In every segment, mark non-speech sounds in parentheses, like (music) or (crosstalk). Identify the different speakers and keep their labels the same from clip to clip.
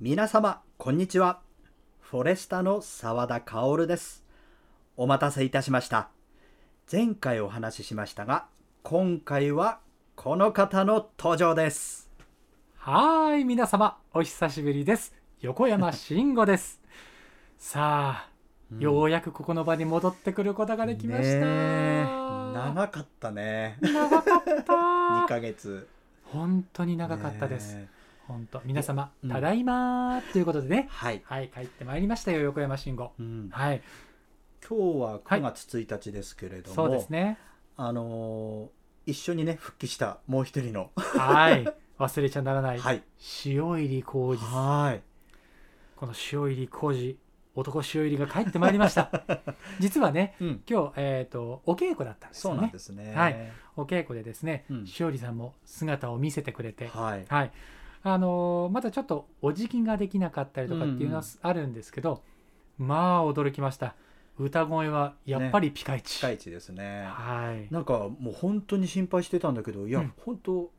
Speaker 1: 皆様、こんにちは。フォレスタの澤田薫です。お待たせいたしました。前回お話ししましたが、今回はこの方の登場です。
Speaker 2: はーい、皆様、お久しぶりです。横山慎吾です。 (laughs) さあ、ようやくここの場に戻ってくることができまし
Speaker 1: ね
Speaker 2: た。
Speaker 1: え長かった
Speaker 2: (laughs)
Speaker 1: ね。
Speaker 2: 長かっ
Speaker 1: 2
Speaker 2: た。
Speaker 1: ヶ月。
Speaker 2: 本当に長かったです。
Speaker 1: ね
Speaker 2: 本当、皆様、
Speaker 1: うん
Speaker 2: ただいまーということでね、
Speaker 1: はい。
Speaker 2: はい、帰ってまいりましたよ、横山慎吾。
Speaker 1: うん
Speaker 2: はい、
Speaker 1: 今日は9月1日ですけれども、
Speaker 2: そうですね。
Speaker 1: あのー一緒にね、復帰したもう一人の、
Speaker 2: はい、忘れちゃならない。
Speaker 1: はい。
Speaker 2: 塩入り浩二。
Speaker 1: はい。
Speaker 2: この塩入り浩二、男塩入りが帰ってまいりました。実はね、
Speaker 1: うん。
Speaker 2: 今日、えっ、と、お稽古だったんです
Speaker 1: そう
Speaker 2: よ
Speaker 1: なん
Speaker 2: ね
Speaker 1: で。すね。
Speaker 2: はいお稽古でですね、
Speaker 1: うん
Speaker 2: しおりさんも姿を見せてくれて、はい
Speaker 1: はい。
Speaker 2: あのーまだちょっとお辞儀ができなかったりとかっていうの
Speaker 1: う
Speaker 2: は
Speaker 1: ん
Speaker 2: あるんですけど、まあ驚きました歌声はやっぱりピカイチ、
Speaker 1: 近い位置ですね。
Speaker 2: はい
Speaker 1: なんかもう本当に心配してたんだけどいや、
Speaker 2: うん
Speaker 1: 本当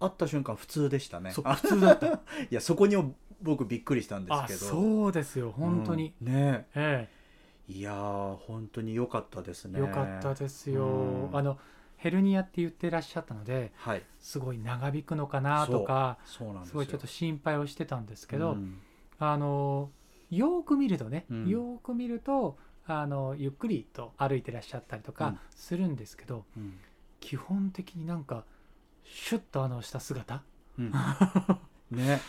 Speaker 1: 会った瞬間普通でしたね
Speaker 2: そう
Speaker 1: あ
Speaker 2: 普通だった
Speaker 1: いやそこに僕びっくりしたん (laughs) です
Speaker 2: あ
Speaker 1: けど
Speaker 2: そうですよ本当に、
Speaker 1: うんね
Speaker 2: え
Speaker 1: いやー本当に良かったです
Speaker 2: え
Speaker 1: ね
Speaker 2: よかったですよ、
Speaker 1: うん
Speaker 2: あのヘルニアって言ってらっしゃったので
Speaker 1: はい
Speaker 2: すごい長引くのかなとか
Speaker 1: そうなんですすよ
Speaker 2: ごいちょっと心配をしてたんですけど、
Speaker 1: うん
Speaker 2: あのよーく見るとね、
Speaker 1: うん
Speaker 2: よーく見るとあのゆっくりと歩いてらっしゃったりと
Speaker 1: う
Speaker 2: か
Speaker 1: ん
Speaker 2: するんですけど、
Speaker 1: うん
Speaker 2: 基本的になんかシュッとあのした姿
Speaker 1: うん (laughs) ね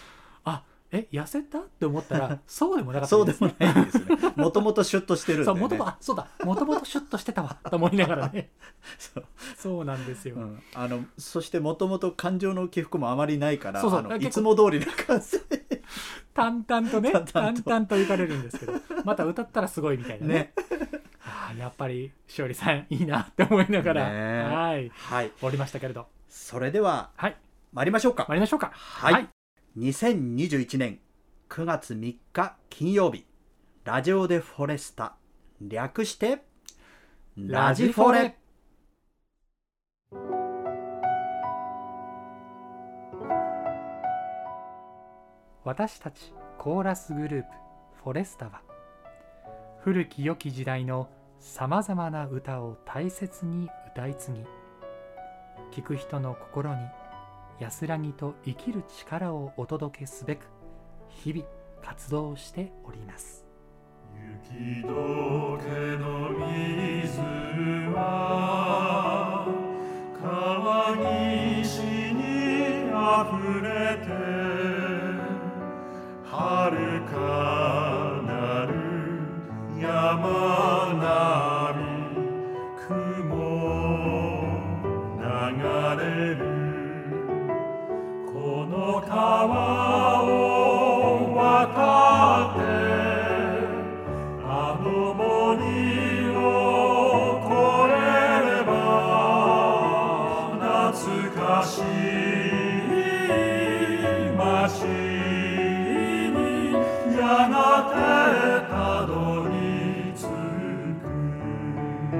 Speaker 2: え痩せたって思っ
Speaker 1: (laughs)
Speaker 2: たら (laughs) そうでもなかった
Speaker 1: そう
Speaker 2: で
Speaker 1: ですもない (laughs) ですねもともとシュッとしてるんで、
Speaker 2: そう
Speaker 1: ね、
Speaker 2: 元々あそうだもともとシュッとしてたわと思いながらね
Speaker 1: (laughs) そう
Speaker 2: そうなんですよ、
Speaker 1: うんあのそしてもともと感情の起伏もあまりないから
Speaker 2: そうそう
Speaker 1: あの
Speaker 2: 結構
Speaker 1: いつも通りな感じ
Speaker 2: 淡々と
Speaker 1: (laughs)
Speaker 2: ね
Speaker 1: 淡々
Speaker 2: 淡
Speaker 1: と
Speaker 2: 々と行かれるんですけどまた歌ったらすごいみた (laughs) いなね
Speaker 1: ね
Speaker 2: あーやっぱりしおりさんいいなって思いながら、
Speaker 1: ねえ
Speaker 2: はい
Speaker 1: はい
Speaker 2: 終わりましたけれど
Speaker 1: それでは
Speaker 2: はい
Speaker 1: 参りましょうか
Speaker 2: 参りましょうか
Speaker 1: はい、
Speaker 2: はい
Speaker 1: 2021年9月3日金曜日ラジオでフォレスタ略してラジフォレ
Speaker 2: 私たちコーラスグループフォレスタは古き良き時代のさまざまな歌を大切に歌い継ぎ聴く人の心に安らぎと生きる力をお届けすべく日々活動しております
Speaker 3: 雪解けの水は川岸にあふれて遥かなる山並み雲流れるこの川を渡ってあの森を越えれば懐かしい街にやがてたどり着く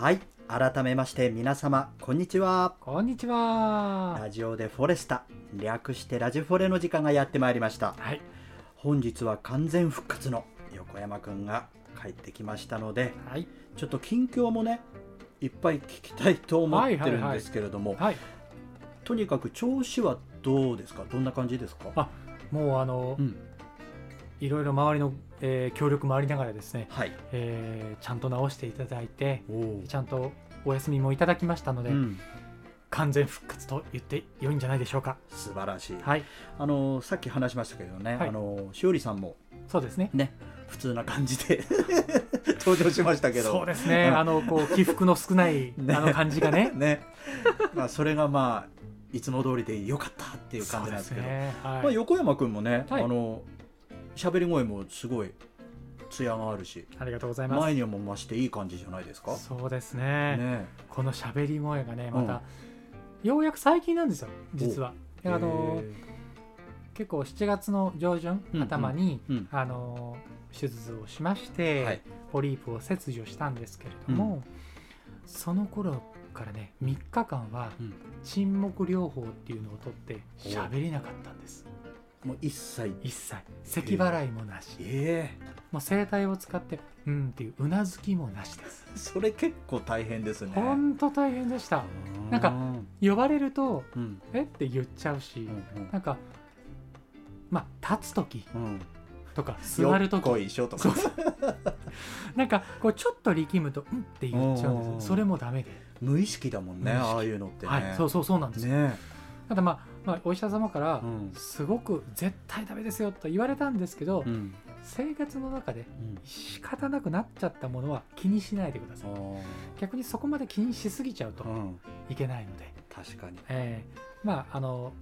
Speaker 1: はい改めまして皆様こんにちは
Speaker 2: こんにちは
Speaker 1: ラジオでフォレスタ略してラジフォレの時間がやってまいりました
Speaker 2: はい
Speaker 1: 本日は完全復活の横山くんが帰ってきましたので
Speaker 2: はい
Speaker 1: ちょっと近況もねいっぱい聞きたいと思ってるんですけれども、
Speaker 2: はい
Speaker 1: とにかく調子はどうですかどんな感じですか
Speaker 2: あもうあの、
Speaker 1: うん
Speaker 2: いろいろ周りの、えー協力もありながらですね、
Speaker 1: はい
Speaker 2: えーちゃんと直していただいて
Speaker 1: おお
Speaker 2: ちゃんとお休みもいただきましたので、
Speaker 1: うん、
Speaker 2: 完全復活と言って良いんじゃないでしょうか
Speaker 1: 素晴らしい、
Speaker 2: はい
Speaker 1: あのさっき話しましたけどね、
Speaker 2: はい
Speaker 1: あのしおりさんも
Speaker 2: そうですね
Speaker 1: ね普通な感じで (laughs) 登場しましたけど
Speaker 2: そうですね
Speaker 1: うん
Speaker 2: あのこう起伏の少ない、
Speaker 1: (laughs) ね
Speaker 2: あの感じがね
Speaker 1: ねまあそれがまあいつも通りでよかったっていう感じなんですけど
Speaker 2: そうねはい
Speaker 1: まあ、横山君もね、
Speaker 2: はい
Speaker 1: あの喋り声もすごい艶があるし
Speaker 2: ありがとうございま
Speaker 1: 前
Speaker 2: す
Speaker 1: にも増していい感じじゃないですか
Speaker 2: そうですね
Speaker 1: ね
Speaker 2: この喋り声がねま
Speaker 1: うん
Speaker 2: た、ようやく最近なんですよ実はあの
Speaker 1: へ
Speaker 2: 結構7月の上旬
Speaker 1: うんうん
Speaker 2: 頭に、
Speaker 1: えうん
Speaker 2: あの手術をしまして、
Speaker 1: はい
Speaker 2: ポリープを切除したんですけれども、その頃からね3日間は
Speaker 1: うん
Speaker 2: 沈黙療法っていうのをとって喋れなかったんです
Speaker 1: もう一切
Speaker 2: 一切咳払いもなし
Speaker 1: ええ
Speaker 2: もう声帯を使って「うん」っていううなずきもなしです
Speaker 1: それ結構大変ですね
Speaker 2: ほんと大変でした
Speaker 1: う
Speaker 2: なんか呼ばれると
Speaker 1: うん
Speaker 2: 「えっ?」て言っちゃうし
Speaker 1: うん
Speaker 2: なんかまあ立つ時
Speaker 1: うんうん
Speaker 2: とか座る
Speaker 1: よっこ
Speaker 2: 時
Speaker 1: いしょと
Speaker 2: そ
Speaker 1: か
Speaker 2: うそうなんかこうちょっと力むと「うん」って言っちゃうんです
Speaker 1: うん
Speaker 2: よそれもダメで、
Speaker 1: 無意識だもんね
Speaker 2: 無意識
Speaker 1: ああいうのってね、
Speaker 2: はいそうそうそうなんですよ、
Speaker 1: ね
Speaker 2: ただまあ、まあ、お医者様から、
Speaker 1: うん
Speaker 2: すごく絶対ダメですよと言われたんですけど、
Speaker 1: うん
Speaker 2: 生活の中で
Speaker 1: うん
Speaker 2: 仕方なくなっちゃったものは気にしないでください逆にそこまで気にしすぎちゃうと
Speaker 1: あーうん
Speaker 2: いけないので、
Speaker 1: 確かに
Speaker 2: えーまああの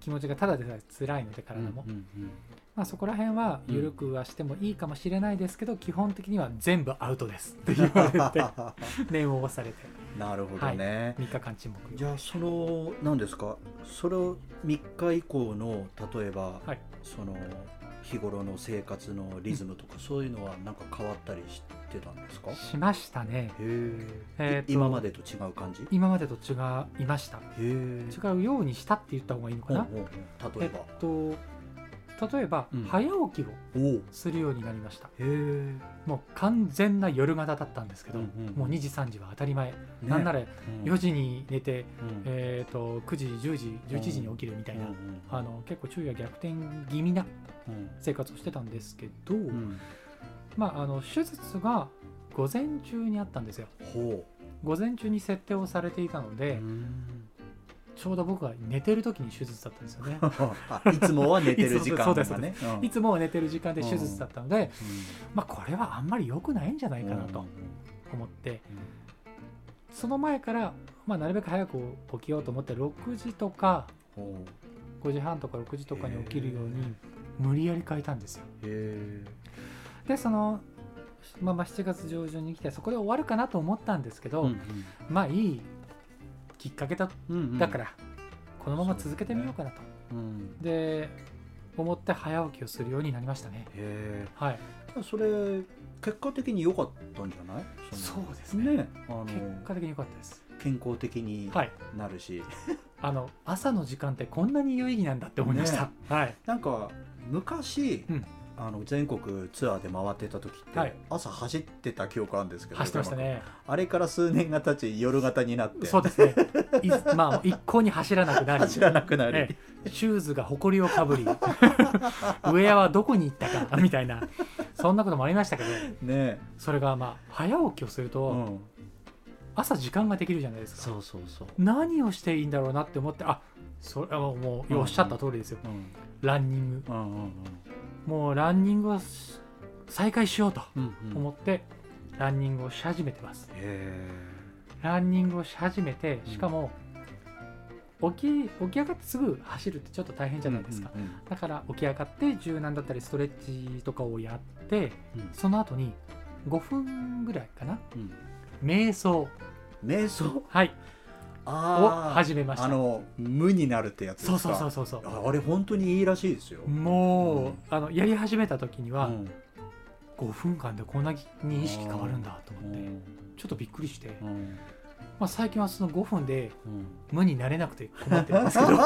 Speaker 2: 気持ちがただでさえ辛いので体も、
Speaker 1: うんうん
Speaker 2: まあ、そこら辺は
Speaker 1: うん
Speaker 2: 緩くはしてもいいかもしれないですけど、基本的には全部アウトですって言われ
Speaker 1: (laughs)
Speaker 2: て念を押されて
Speaker 1: なるほどね、
Speaker 2: 3日間沈黙
Speaker 1: じゃあその何ですかそれを3日以降の例えば、
Speaker 2: はい
Speaker 1: その日頃の生活のリズムとか、そういうのはなんか変わったりしてたんですかへ
Speaker 2: しましたねえ
Speaker 1: え
Speaker 2: ーと
Speaker 1: 今までと違う感じへ
Speaker 2: 今までと違いました
Speaker 1: え
Speaker 2: 違うようにしたって言った方がいいのかな、
Speaker 1: 例
Speaker 2: え
Speaker 1: え
Speaker 2: っ
Speaker 1: ば、
Speaker 2: と例えば、
Speaker 1: うん
Speaker 2: 早起きを
Speaker 1: おおへ
Speaker 2: するようになりました
Speaker 1: え、
Speaker 2: もう完全な夜型だったんですけど、
Speaker 1: うんうんうん
Speaker 2: もう2時3時は当たり前、なんなら4時に寝て、
Speaker 1: うん
Speaker 2: えー、と9時10時11時に起きるみたいな、
Speaker 1: うんうん
Speaker 2: あの結構昼夜逆転気味な
Speaker 1: うん
Speaker 2: 生活をしてたんですけど、
Speaker 1: うん
Speaker 2: まああの手術が午前中にあったんですよ
Speaker 1: ほ
Speaker 2: 午前中に設定をされていたの
Speaker 1: う
Speaker 2: で、
Speaker 1: うん
Speaker 2: ちょうど僕が寝てる時に手術だったんですよ (laughs) ね
Speaker 1: あ (laughs) いつもは寝てる時間がね
Speaker 2: いつもは寝てる時間で手術だったので、まあ、これはあんまり良くないんじゃな
Speaker 1: ない
Speaker 2: かなと思って、その前から、まあ、なるべく早く起きようと思って6時とか
Speaker 1: ほ
Speaker 2: 5時半とか6時とかに起きるように無理やり変えたんですよ
Speaker 1: うへえ、
Speaker 2: でそのまあまあ7月上旬に来てそこで終わるかなと思ったんですけど、まあいいきっかけだだからら、このまま続けてみようかなと
Speaker 1: うん
Speaker 2: で,、思って早起きをするようになりましたね
Speaker 1: へ
Speaker 2: はい
Speaker 1: えそれ結果的に良かったんじゃない
Speaker 2: そうです
Speaker 1: ね
Speaker 2: ね
Speaker 1: ねあの
Speaker 2: 結果的に良かったです
Speaker 1: 健康的に
Speaker 2: はい
Speaker 1: なるし、
Speaker 2: あの朝の時間ってこんなに有意義なんだって思いました、はい
Speaker 1: なんか昔、
Speaker 2: うん
Speaker 1: あの全国ツアーで回ってた時って、
Speaker 2: はい
Speaker 1: 朝走ってた記憶あるんですけど
Speaker 2: 走ってましたね
Speaker 1: あれから数年が経ち夜型になって
Speaker 2: そうですねいまあ一向に走らなくなり
Speaker 1: 走らなくなり、
Speaker 2: ええシューズが埃をかぶり (laughs) ウェアはどこに行ったかみ (laughs) たいなそんなこともありましたけど
Speaker 1: ね
Speaker 2: それがまあ早起きをすると、
Speaker 1: うん、
Speaker 2: 朝時間ができるじゃないですか
Speaker 1: そうそうそう、
Speaker 2: 何をしていいんだろうなって思ってあそれはもう
Speaker 1: うん
Speaker 2: おっしゃった通りですよ、
Speaker 1: うん、
Speaker 2: ランニング
Speaker 1: うんうん
Speaker 2: もうランニングをし再開しようと
Speaker 1: うんうんうん
Speaker 2: 思って、ランニングをし始めてます
Speaker 1: へ
Speaker 2: ランニングをし始めてしかも、起き起き上がってすぐ走るってちょっと大変
Speaker 1: じ
Speaker 2: じゃないですか、
Speaker 1: うんうん
Speaker 2: だから起き上がって柔軟だったりストレッチとかをやって、
Speaker 1: うん
Speaker 2: その後に5分ぐらいかな
Speaker 1: うん
Speaker 2: 瞑想
Speaker 1: 瞑想
Speaker 2: はいを
Speaker 1: あー
Speaker 2: 始めました
Speaker 1: あの無になるってやつです
Speaker 2: そ
Speaker 1: か
Speaker 2: うそうそうそうそう
Speaker 1: ああれ本当にいいらしいですよ、
Speaker 2: もう、
Speaker 1: うん
Speaker 2: あのやり始めた時に
Speaker 1: う
Speaker 2: は、
Speaker 1: ん
Speaker 2: 5分間でこんなに意識変わるんだと思って、ちょっとびっくりして、
Speaker 1: う
Speaker 2: ま
Speaker 1: ん
Speaker 2: あ、最近はその5分で
Speaker 1: うん
Speaker 2: 無になれなくて困ってるんです
Speaker 1: (laughs)
Speaker 2: けど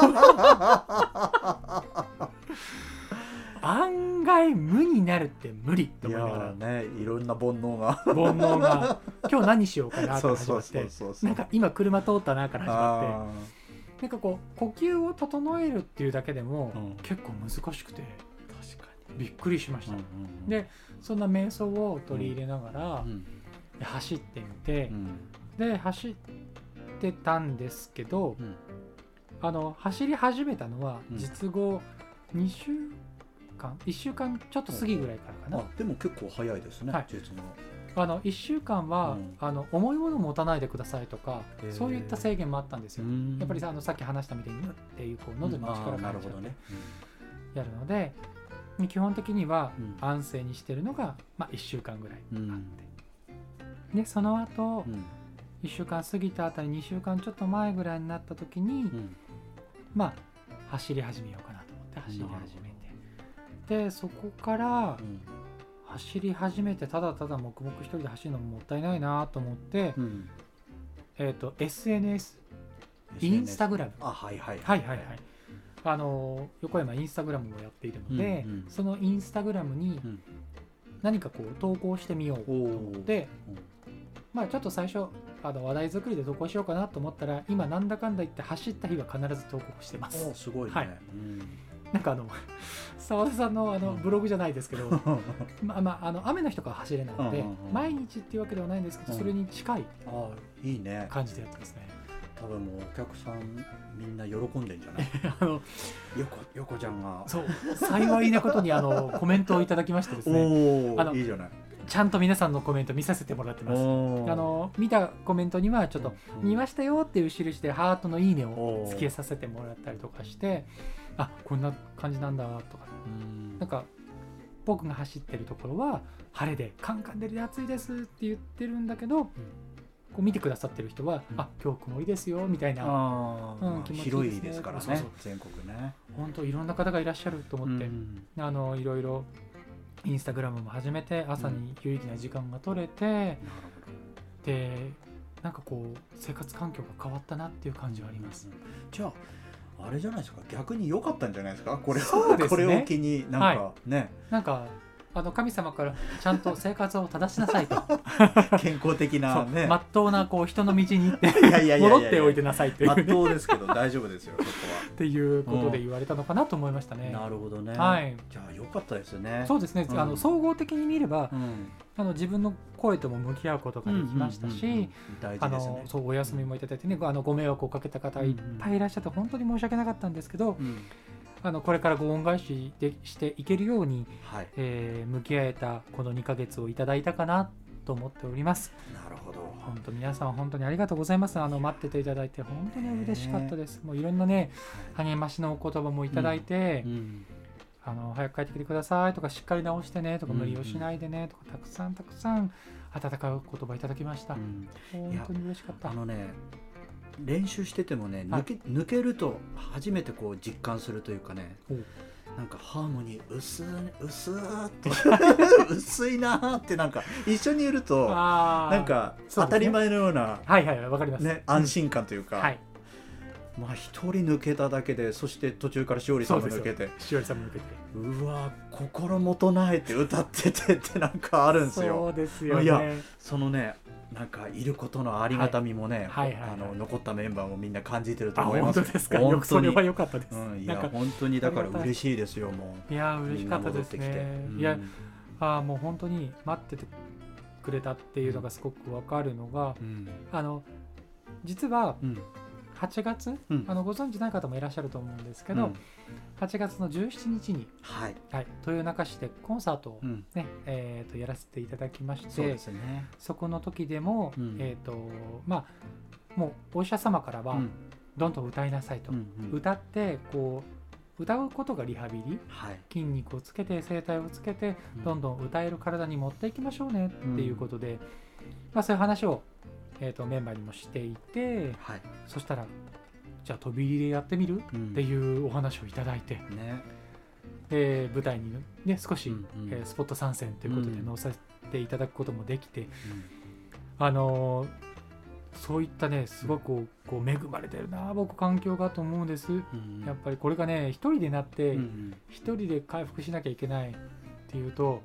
Speaker 2: 案外無になるって無理と
Speaker 1: い
Speaker 2: 思い
Speaker 1: や
Speaker 2: ながら
Speaker 1: ーねいろんな煩悩が
Speaker 2: 煩悩が今日何しようかなって始まって
Speaker 1: そうそ
Speaker 2: なんか今車通ったなから始まっ
Speaker 1: あ
Speaker 2: てなんかこう呼吸を整えるっていうだけでも、
Speaker 1: うん
Speaker 2: 結構難しくて
Speaker 1: ー確か
Speaker 2: びっくりしまし
Speaker 1: に、
Speaker 2: た、
Speaker 1: うんうんうん
Speaker 2: でそんな瞑想を取り入れながら、
Speaker 1: うん
Speaker 2: 走ってみて
Speaker 1: う、ん
Speaker 2: で走ってたんですけど
Speaker 1: うん
Speaker 2: あの走り始めたのは
Speaker 1: うん
Speaker 2: 実後2週間1週間ちょっと過ぎぐらいからかな、
Speaker 1: あでも結構早いですね、
Speaker 2: はい
Speaker 1: 実の
Speaker 2: あの1週間は、
Speaker 1: うん
Speaker 2: あの重いもの持たないでくださいとか
Speaker 1: へー
Speaker 2: そういった制限もあったんですよ、
Speaker 1: うん
Speaker 2: やっぱりさあのさっき話したみたいに「うっていうこう
Speaker 1: うん
Speaker 2: 喉に力
Speaker 1: あー
Speaker 2: が
Speaker 1: なる
Speaker 2: 入っち
Speaker 1: ほ
Speaker 2: ゃ
Speaker 1: ど
Speaker 2: って
Speaker 1: ね、
Speaker 2: やるので、基本的には
Speaker 1: うん
Speaker 2: 安静にしてるのが、まあ、1週間ぐらいあ
Speaker 1: う
Speaker 2: っ
Speaker 1: ん
Speaker 2: て、でその後、
Speaker 1: うん
Speaker 2: 1週間過ぎたあたり2週間ちょっと前ぐらいになった時に、
Speaker 1: うん
Speaker 2: まあ走り始めようかなと思って走り始めてでそこから
Speaker 1: うん
Speaker 2: 走り始めてただただ黙々一人で走るのももったいないなと思って
Speaker 1: うん
Speaker 2: えっ、と SNS イン
Speaker 1: SNS
Speaker 2: スタグラム
Speaker 1: あはいはい
Speaker 2: はいはいはいあの横山インスタグラムをやっているので、
Speaker 1: うんうん
Speaker 2: そのインスタグラムに
Speaker 1: うん
Speaker 2: 何かこう投稿してみようと思って、
Speaker 1: うん
Speaker 2: まあちょっと最初あの話題作りで投稿しようかなと思ったら今なんだかんだ言って走った日は必ず投稿してま
Speaker 1: お
Speaker 2: す
Speaker 1: ーすごいね、
Speaker 2: はいなんかあの (laughs) 澤田さんのあの
Speaker 1: うん
Speaker 2: ブログじゃないで
Speaker 1: (laughs)
Speaker 2: すけど
Speaker 1: あ
Speaker 2: まあまああの雨の日とかは走れないので、
Speaker 1: うんうんうん
Speaker 2: 毎日っていうわけではないんですけど、
Speaker 1: うん
Speaker 2: それに近い
Speaker 1: あー (laughs) いいね
Speaker 2: 感じでやってます
Speaker 1: (laughs)
Speaker 2: ね
Speaker 1: 多分もうお客さんみんな喜んでんじゃ
Speaker 2: (laughs)
Speaker 1: ない
Speaker 2: あの
Speaker 1: よこよこちゃんが
Speaker 2: そう幸いなことにあのコメントをいただきましてですね
Speaker 1: お
Speaker 2: あの
Speaker 1: おいいじゃない
Speaker 2: ちゃんと皆さんのコメント見させてもらってます。
Speaker 1: おー
Speaker 2: あの見たコメントにはちょっと
Speaker 1: うん
Speaker 2: 見ましたよっていう印でハートのいいねを
Speaker 1: おー
Speaker 2: つけさせてもらったりとかしてあこんな感じなんだとか
Speaker 1: うん
Speaker 2: なんか僕が走ってるところは晴れでカンカン照りで暑いですって言ってるんだけどこう見てくださってる人は
Speaker 1: うん
Speaker 2: あ今日曇りですよみたいな
Speaker 1: あー
Speaker 2: うん
Speaker 1: まあ
Speaker 2: 気持ちいいですね
Speaker 1: 広いですから
Speaker 2: そう
Speaker 1: ね
Speaker 2: そう
Speaker 1: 全国ね
Speaker 2: 本当いろんな方がいらっしゃると思って
Speaker 1: うん
Speaker 2: あのいろいろインスタグラムも始めて朝に有意義な時間が取れて。
Speaker 1: なるほど
Speaker 2: でなんかこう生活環境が変わったなっていう感じはあります、
Speaker 1: じゃああれじゃないですか逆に良かったんじゃないですかこれを
Speaker 2: そうですね
Speaker 1: これを機になんか、
Speaker 2: は
Speaker 1: ね
Speaker 2: なんかあの神様からちゃんと生活を正しな
Speaker 1: (laughs)
Speaker 2: さいと
Speaker 1: 健康的
Speaker 2: そ
Speaker 1: な
Speaker 2: う
Speaker 1: ね
Speaker 2: まっとうなこう人の道に行っ
Speaker 1: (laughs)
Speaker 2: て
Speaker 1: いやいやいやいや
Speaker 2: 戻っておいてなさいってい
Speaker 1: ま
Speaker 2: う
Speaker 1: っ
Speaker 2: ね
Speaker 1: とうですけど大丈夫ですよそこ
Speaker 2: っていうことで言われたのかなと思いましたね、
Speaker 1: はるほどね
Speaker 2: はい
Speaker 1: じゃあ良かったですね
Speaker 2: そうですね、
Speaker 1: うん
Speaker 2: あの総合的に見れば
Speaker 1: うん
Speaker 2: あの自分の声とも向き合うことができましたし、
Speaker 1: うんうんうんうん大事
Speaker 2: あ
Speaker 1: です
Speaker 2: の
Speaker 1: ね
Speaker 2: そうお休みもいただいてね、あのご迷惑をかけた方いっぱいいらっしゃって本当に申し訳なかったんですけど、
Speaker 1: うん
Speaker 2: あのこれからご恩返しでしていけるように
Speaker 1: はい
Speaker 2: えー向き合えたこの2ヶ月をいただいたかなと思っております
Speaker 1: なるほど
Speaker 2: 本当皆さん本当にありがとうございますあの待ってていただいて本当に嬉しかったですもういろんなね励ましのお言葉もいただいて、
Speaker 1: うん
Speaker 2: あの早く帰ってきてくださいとかしっかり直してねとか
Speaker 1: うん
Speaker 2: 無理をしないでねとかたくさんたくさん温かいお言葉いただきました、
Speaker 1: うん
Speaker 2: 本当に嬉しかった
Speaker 1: あのね練習しててもね
Speaker 2: はい
Speaker 1: 抜け,、抜けると初めてこう実感するというかね
Speaker 2: おう
Speaker 1: なんかハーモニー薄い薄ーっと薄いなーってなんか一緒にいると
Speaker 2: あー
Speaker 1: なんか
Speaker 2: そうですね
Speaker 1: 当たり前のような
Speaker 2: はいはいわかります、
Speaker 1: ね安心感というか、
Speaker 2: はい
Speaker 1: まあ一人抜けただけでそして途中からしおりさんも抜けて
Speaker 2: しおりさんも抜けて
Speaker 1: うわー心もとないって歌っててってなんかあるんです
Speaker 2: そ
Speaker 1: よ
Speaker 2: うですよ
Speaker 1: いや
Speaker 2: ね
Speaker 1: そのねなんかいることのありがたみもね、
Speaker 2: はいはいはいはい
Speaker 1: あの残ったメンバーもみんな感じてると
Speaker 2: あ
Speaker 1: 思いま
Speaker 2: 本
Speaker 1: す
Speaker 2: 当ですか
Speaker 1: 本当
Speaker 2: よ
Speaker 1: に
Speaker 2: くそれは良かったです、
Speaker 1: うん、い
Speaker 2: なんか
Speaker 1: や本当にだか
Speaker 2: あ
Speaker 1: ら
Speaker 2: りがたい
Speaker 1: 嬉しいですよも
Speaker 2: いや
Speaker 1: う
Speaker 2: ー嬉しかったです
Speaker 1: みんな戻
Speaker 2: ね
Speaker 1: ってき。て
Speaker 2: いや
Speaker 1: うん
Speaker 2: あーもう本当に待っててくれたっていうのがすごくわかるのが、
Speaker 1: うん
Speaker 2: あの実は
Speaker 1: うん
Speaker 2: 8月、
Speaker 1: うん
Speaker 2: あのご存知ない方もいらっしゃると思うんですけ
Speaker 1: う
Speaker 2: ど、
Speaker 1: ん
Speaker 2: 8月の17日に、
Speaker 1: はい、
Speaker 2: はい、豊中市でコンサートを
Speaker 1: う、ん、
Speaker 2: ねえーとやらせていただきまして
Speaker 1: そう
Speaker 2: そ
Speaker 1: ですね、
Speaker 2: この時でも、
Speaker 1: うん
Speaker 2: えーとまあ、もうお医者様から
Speaker 1: う
Speaker 2: は、
Speaker 1: ん
Speaker 2: どんどん歌いなさいと、
Speaker 1: うんうん、
Speaker 2: 歌ってこう歌うことがリハビリ
Speaker 1: はい、
Speaker 2: 筋肉をつけて声帯をつけてどん
Speaker 1: ん
Speaker 2: どん歌える体に持っていきましょうねっていうことで、まあ、そういう話を、えー、とメンバーにもしていて
Speaker 1: はい、
Speaker 2: そしたらじゃあ飛び入りでやってみる
Speaker 1: うん
Speaker 2: っていうお話をいただいて、
Speaker 1: ね、
Speaker 2: で舞台に、ね、少し、
Speaker 1: うんうん
Speaker 2: えースポット参戦ということで
Speaker 1: うん
Speaker 2: 乗せていただくこともできて、あのーそういったねすごくこうこう恵まれてるな僕環境がと思うんです。
Speaker 1: うん
Speaker 2: やっぱりこれがね一人でなって、
Speaker 1: うんうん
Speaker 2: 一人で回復しなきゃいけないっていうと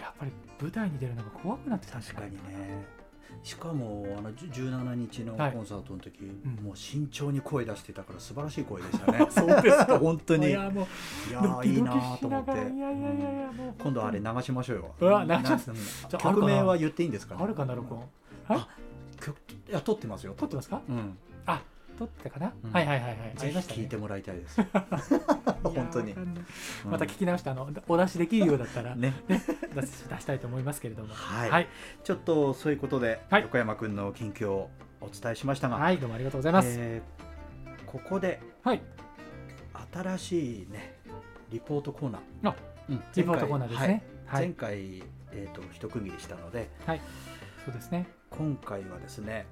Speaker 2: やっぱり舞台に出るのが怖くなってきたんじゃ
Speaker 1: 確
Speaker 2: な
Speaker 1: か
Speaker 2: い
Speaker 1: にねしかもあのじゅ17日の
Speaker 2: はい
Speaker 1: コンサートの時、
Speaker 2: ん
Speaker 1: もう慎重に声出してたから素晴らしい声でしたね
Speaker 2: (laughs) そうですか
Speaker 1: 本当にい
Speaker 2: い
Speaker 1: や
Speaker 2: やもうド
Speaker 1: ー
Speaker 2: キ
Speaker 1: いい
Speaker 2: ド
Speaker 1: なー
Speaker 2: キ
Speaker 1: と
Speaker 2: し
Speaker 1: 思
Speaker 2: な
Speaker 1: って
Speaker 2: がらいやいやいやいやもう
Speaker 1: 今度あれ流しましょうよ
Speaker 2: うわ流します
Speaker 1: す
Speaker 2: じゃあ
Speaker 1: 曲名は言っていいんですかね
Speaker 2: あるかな録音
Speaker 1: 曲いや撮ってますよ
Speaker 2: 撮ってますか
Speaker 1: うん
Speaker 2: 撮ってたかな、
Speaker 1: うん
Speaker 2: はいはいはいはいあ
Speaker 1: ぜ
Speaker 2: り
Speaker 1: ひ
Speaker 2: ました
Speaker 1: 聞い
Speaker 2: ね
Speaker 1: てもらいたいです
Speaker 2: いや
Speaker 1: 本当に
Speaker 2: わかんない
Speaker 1: うん
Speaker 2: また聞き直してあのお出しできるようだったら
Speaker 1: ね
Speaker 2: 出し出したいと思いますけれども
Speaker 1: はい、
Speaker 2: はい、
Speaker 1: ちょっとそういうことで、
Speaker 2: はい
Speaker 1: 横山君の近況をお伝えしましたが、
Speaker 2: はいどうもありがとうございます、
Speaker 1: えーここで
Speaker 2: はい
Speaker 1: 新しいねリポートコーナー
Speaker 2: あ
Speaker 1: うん
Speaker 2: リポートコーナーですね
Speaker 1: 前
Speaker 2: はい、
Speaker 1: 回,、前回えー、と一区切りしたので
Speaker 2: そうですね
Speaker 1: 今回はですね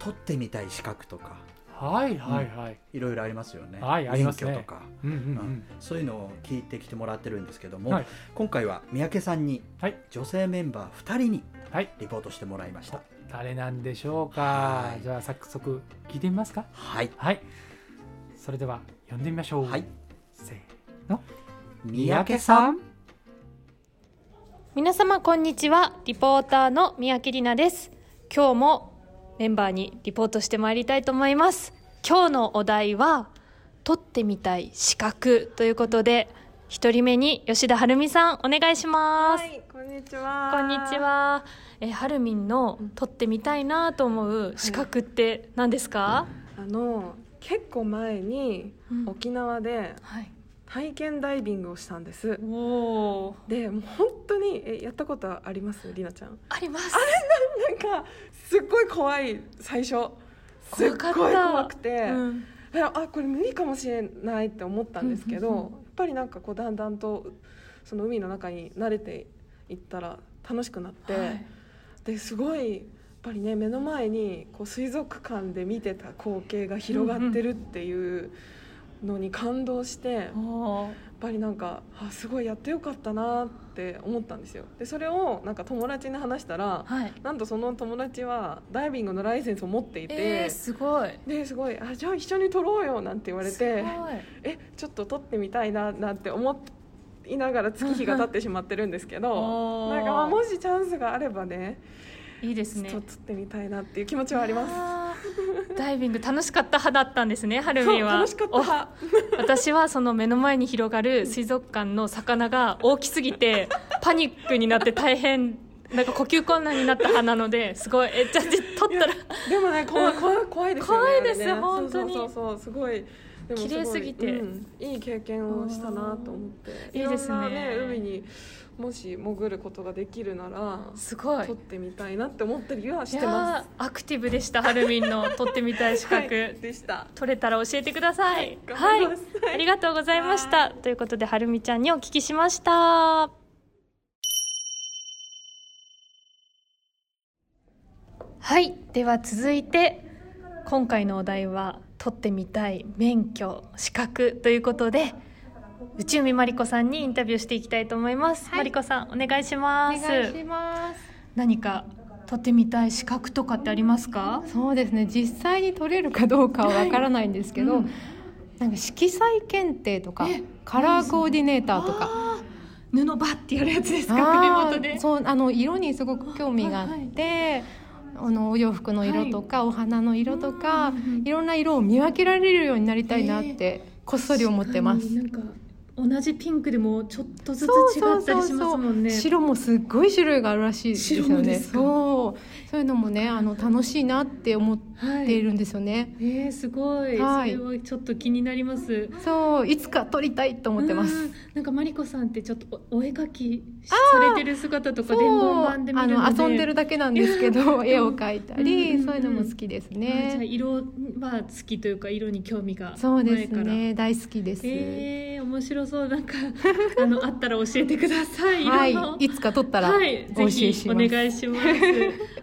Speaker 1: 取ってみたい資格とか
Speaker 2: はいはいはい、
Speaker 1: いろいろありますよね、
Speaker 2: はいありますね
Speaker 1: 免許とか
Speaker 2: うん、うんうん
Speaker 1: そういうのを聞いてきてもらってるんですけども、
Speaker 2: はい
Speaker 1: 今回は三宅さんに
Speaker 2: はい
Speaker 1: 女性メンバー2人に
Speaker 2: はい
Speaker 1: リポートしてもらいました、
Speaker 2: お誰なんでしょうか、
Speaker 1: はい
Speaker 2: じゃあ早速聞いてみますか
Speaker 1: はい
Speaker 2: はいそれでは呼んでみましょう、
Speaker 1: はい
Speaker 2: せーの
Speaker 1: 三宅さん
Speaker 2: ん
Speaker 4: 皆様こんにちはリポーターの三宅里奈です今日もメンバーにリポートしてまいりたいと思います今日のお題は取ってみたい資格ということで一人目に吉田晴美さんお願いします、
Speaker 5: はい、こんにちは。
Speaker 4: こんにち。はえはるみんの取ってみたいなと思う資格って何ですか、
Speaker 5: あの結構前に
Speaker 4: うん
Speaker 5: 沖縄で
Speaker 4: はい、
Speaker 5: 体験ダイビングをしたんです。
Speaker 4: おお
Speaker 5: で、もう本当にえやったことありますりなちゃん。
Speaker 4: あります
Speaker 5: なんかすっごい怖い最初。す
Speaker 4: 怖
Speaker 5: っごい
Speaker 4: かった
Speaker 5: 怖くて、
Speaker 4: うん
Speaker 5: であこれ無理かもしれないって思ったんですけど、
Speaker 4: うんうんうん
Speaker 5: やっぱりなんかこうだんだんとその海の中に慣れていったら楽しくなって。
Speaker 4: はい
Speaker 5: ですごいやっぱりね目の前にこう水族館で見てた光景が広がってるっていうのに感動してやっ
Speaker 4: おー
Speaker 5: ぱりなんかあすごいやってよかったなって思ったんですよでそれをなんか友達に話したら
Speaker 4: はい
Speaker 5: なんとその友達はダイビングのライセンスを持っていて、
Speaker 4: えー、すごい
Speaker 5: ですごいあじゃあ一緒に撮ろうよなんて言われ
Speaker 4: す
Speaker 5: て
Speaker 4: ごい
Speaker 5: えちょっと撮ってみたいななんて思いながら月日が経ってしまってるんですけ
Speaker 4: お
Speaker 5: ど
Speaker 4: ー
Speaker 5: なんかまあもしチャンスがあればね
Speaker 4: いいですね
Speaker 5: ちょっと撮ってみたいなっていう気持ちはあります。
Speaker 4: すダイビング楽しかった派だったんです
Speaker 5: (laughs)
Speaker 4: ねハル
Speaker 5: そう
Speaker 4: ミンは
Speaker 5: 楽しかった派
Speaker 4: お私はその目の前に広がる水族館の魚が大きすぎ
Speaker 5: (laughs)
Speaker 4: てパニックになって大変なんか呼吸困難になった派なのですごいえじゃあ取ったら
Speaker 5: でも
Speaker 4: (laughs)
Speaker 5: ね怖い怖い怖いですよね
Speaker 4: 怖いです
Speaker 5: あ
Speaker 4: 本当
Speaker 5: れね
Speaker 4: に
Speaker 5: そうそうそうすごいでもごい
Speaker 4: 綺麗すぎて
Speaker 5: うんいい経験をしたなと思って
Speaker 4: いいですね
Speaker 5: ろんな海にもし潜ることができるなら
Speaker 4: すごい
Speaker 5: 撮ってみたいなって思ったりはし
Speaker 4: い
Speaker 5: てま
Speaker 4: やーアクティブでしたハルミンの取ってみたい
Speaker 5: す
Speaker 4: 資格、
Speaker 5: はいでした
Speaker 4: 取れたら教えてください
Speaker 5: はい頑張りますはい
Speaker 4: ありがとうございましたということではるみちゃんにお聞きしましたはいでは続いて今回のお題は取ってみたい免許資格ということで内海まりこさんにインタビューしていきたいと思います、
Speaker 6: はい
Speaker 4: まりこさんお願いし
Speaker 6: お
Speaker 4: ます
Speaker 6: 願いします。
Speaker 4: 何か取ってみたい資格とかってありますか
Speaker 6: そうですね。実際に取れるかどうかはわからないんですけど、
Speaker 4: うん
Speaker 6: なんか色彩検定とかカラーコーディネーターとか。
Speaker 4: あー布バッてやるやつですか首
Speaker 6: あ
Speaker 4: 元
Speaker 6: ー
Speaker 4: で
Speaker 6: そうあの色にすごく興味があって、あのお洋服の色とか、お花の色とか、いろんな色を見分けられるようになりたいなってこっそり思ってます。
Speaker 4: なんか同じピンクでもちょっとず
Speaker 6: そう
Speaker 4: つ違
Speaker 6: そう
Speaker 4: ったりしますもんね
Speaker 6: そうそう白もすっごい種類があるらしいですよ
Speaker 4: 白も
Speaker 6: ね
Speaker 4: ですか
Speaker 6: そうそういうのもねあの楽しいなって思っ
Speaker 4: は
Speaker 6: てい
Speaker 4: い
Speaker 6: るんですよね、
Speaker 4: えー、すごい、
Speaker 6: はい
Speaker 4: それはちょっと気になります
Speaker 6: そういつか撮りたいと思ってます。
Speaker 4: うんなんかマリコさんってちょっとおお絵描きされてる姿とか
Speaker 6: そう
Speaker 4: 伝言版で見
Speaker 6: あ
Speaker 4: るので
Speaker 6: の遊んでるだけなんです
Speaker 4: (laughs)
Speaker 6: けど絵を描いた
Speaker 4: うんうんう
Speaker 6: り
Speaker 4: ん
Speaker 6: そういうのも好きです
Speaker 4: あじゃあ
Speaker 6: ね。
Speaker 4: 色は好きというか色に興味が
Speaker 6: そうで
Speaker 4: 前
Speaker 6: す
Speaker 4: から
Speaker 6: ね大好きです。
Speaker 4: えー、面白そうなん
Speaker 6: (laughs)
Speaker 4: かあのあったら教えてください。
Speaker 6: はい
Speaker 4: ろんな、
Speaker 6: いつか撮ったら
Speaker 4: はい、
Speaker 6: お教え
Speaker 4: ぜ
Speaker 6: し
Speaker 4: ひ
Speaker 6: ま
Speaker 4: お
Speaker 6: す。
Speaker 4: 願いし
Speaker 6: (laughs)
Speaker 4: ます。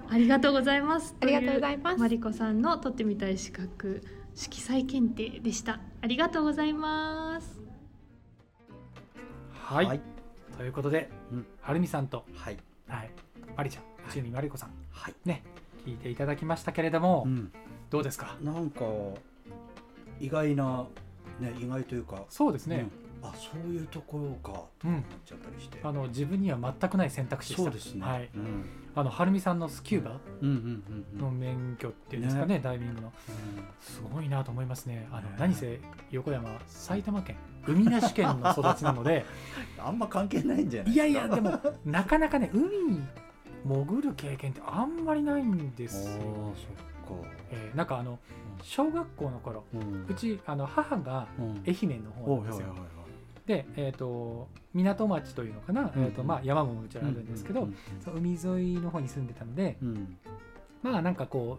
Speaker 4: ありがとうございます。
Speaker 6: ありがとうございます
Speaker 4: マリコさんの取ってみたい資格色彩検定でした。ありがとうございます。
Speaker 2: はい、
Speaker 1: はい
Speaker 2: ということで、
Speaker 1: うん
Speaker 2: はるみさんと、
Speaker 1: はい
Speaker 2: はい、まりちゃん、ちみまりこさん、
Speaker 1: はい
Speaker 2: ね、聞いていただきましたけれども、
Speaker 1: うん
Speaker 2: どうですか
Speaker 1: なんか意外なね意外というか
Speaker 2: そうですね、
Speaker 1: うんあそういうところかと
Speaker 2: うん
Speaker 1: 思っちゃったりして、
Speaker 2: あの自分には全くない選択肢でした
Speaker 1: そうですね、
Speaker 2: はい、
Speaker 1: うん、
Speaker 2: あのはるみさんのスキューバ
Speaker 1: うんうんうんうん
Speaker 2: の免許っていうんですかね、ダイビングのすごいなと思いますねあの
Speaker 1: ね
Speaker 2: 何せ横山埼玉県海なし県の育ちなので
Speaker 1: うんあんま関係ないんじゃない
Speaker 2: いやいやでもなかなかね海に潜る経験ってあんまりないんで
Speaker 1: あー
Speaker 2: すよ、
Speaker 1: そっか
Speaker 2: えーなんかあの小学校の頃
Speaker 1: うん
Speaker 2: うちあの母が
Speaker 1: うん
Speaker 2: 愛媛の方
Speaker 1: お
Speaker 2: なん
Speaker 1: う
Speaker 2: です
Speaker 1: はいはいはい
Speaker 2: よ
Speaker 1: はい
Speaker 2: で、えー、と港町というのかな、
Speaker 1: うん
Speaker 2: えーとまあ、山ももちろんあるんですけど、
Speaker 1: うん
Speaker 2: その海沿いの方に住んでたので
Speaker 1: うん
Speaker 2: まあなんかこ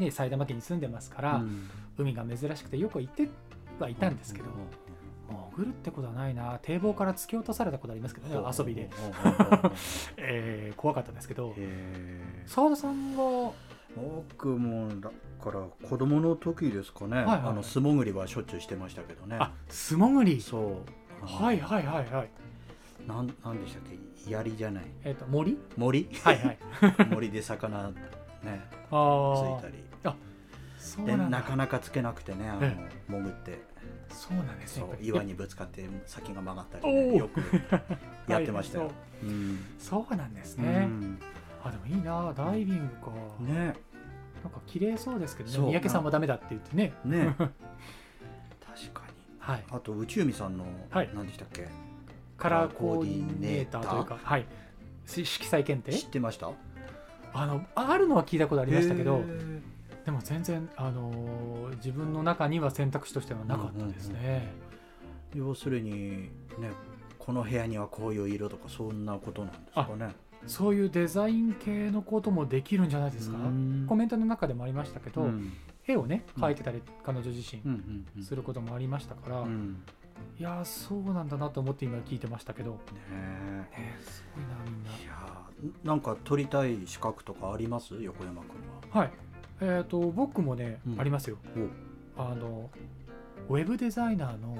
Speaker 2: う、ね、埼玉県に住んでますから、
Speaker 1: うん
Speaker 2: 海が珍しくてよく行ってはいたんですけど、潜るってことはないな堤防から突き落とされたことありますけどね遊びで、えー怖かったですけど
Speaker 1: へー
Speaker 2: 澤田さんは
Speaker 1: 僕もだから子供の時ですかね、
Speaker 2: いはいはい
Speaker 1: あの素潜りはしょっちゅうしてましたけどね
Speaker 2: あ素潜り
Speaker 1: そう
Speaker 2: はいはいはいはい
Speaker 1: なんなんでしたっけ槍じゃない
Speaker 2: (laughs) えっ、と森
Speaker 1: 森
Speaker 2: はいはい
Speaker 1: 森で魚ねつ
Speaker 2: あー
Speaker 1: いたり
Speaker 2: そう
Speaker 1: で
Speaker 2: なん
Speaker 1: な
Speaker 2: だ
Speaker 1: かなかつけなくてねあの
Speaker 2: え
Speaker 1: 潜って
Speaker 2: そうなんですね
Speaker 1: そ
Speaker 2: (laughs) やっ
Speaker 1: う
Speaker 2: ぱり
Speaker 1: 岩にぶつかって先が曲がったりね、
Speaker 2: おー
Speaker 1: よ
Speaker 2: (laughs)
Speaker 1: くやってましたよ。
Speaker 2: はい
Speaker 1: うん
Speaker 2: そうそうなんです
Speaker 1: う
Speaker 2: ね、
Speaker 1: ん
Speaker 2: あでもいいなダイビングか、
Speaker 1: ね
Speaker 2: なんか綺麗そうですけどね
Speaker 1: そう
Speaker 2: 三宅さんもダメだって言ってね (laughs)
Speaker 1: ね確かに
Speaker 2: はい
Speaker 1: あと宇宙海さんの、
Speaker 2: はい
Speaker 1: 何でしたっけ
Speaker 2: カラーコーディネーターというかはいし色彩検
Speaker 1: 知
Speaker 2: 定
Speaker 1: ってました
Speaker 2: あのあるのは聞いたことあ
Speaker 1: あ
Speaker 2: りましたけどでも全然、あのー自分の中には選択肢としてはなかったですね。
Speaker 1: 要するにねこの部屋にはこういう色とかそんなことなんですかね
Speaker 2: そういうデザイン系のこともできるんじゃないですか。
Speaker 1: うん
Speaker 2: コメントの中でもありましたけど、
Speaker 1: うん
Speaker 2: 絵をね
Speaker 1: うん
Speaker 2: 描いてたり、彼女自
Speaker 1: う
Speaker 2: 身
Speaker 1: んうん
Speaker 2: することもありましたから、
Speaker 1: うん
Speaker 2: い
Speaker 1: うん
Speaker 2: やーそうなんだなと思って今聞いてましたけど、
Speaker 1: ね
Speaker 2: ね、すごいなみんな
Speaker 1: えい。やーなんか取りたい資格とかあります横山君は
Speaker 2: はい、えー、と僕もね、
Speaker 1: うん
Speaker 2: ありますよあのウェブデザイナ
Speaker 1: (laughs)
Speaker 2: ーの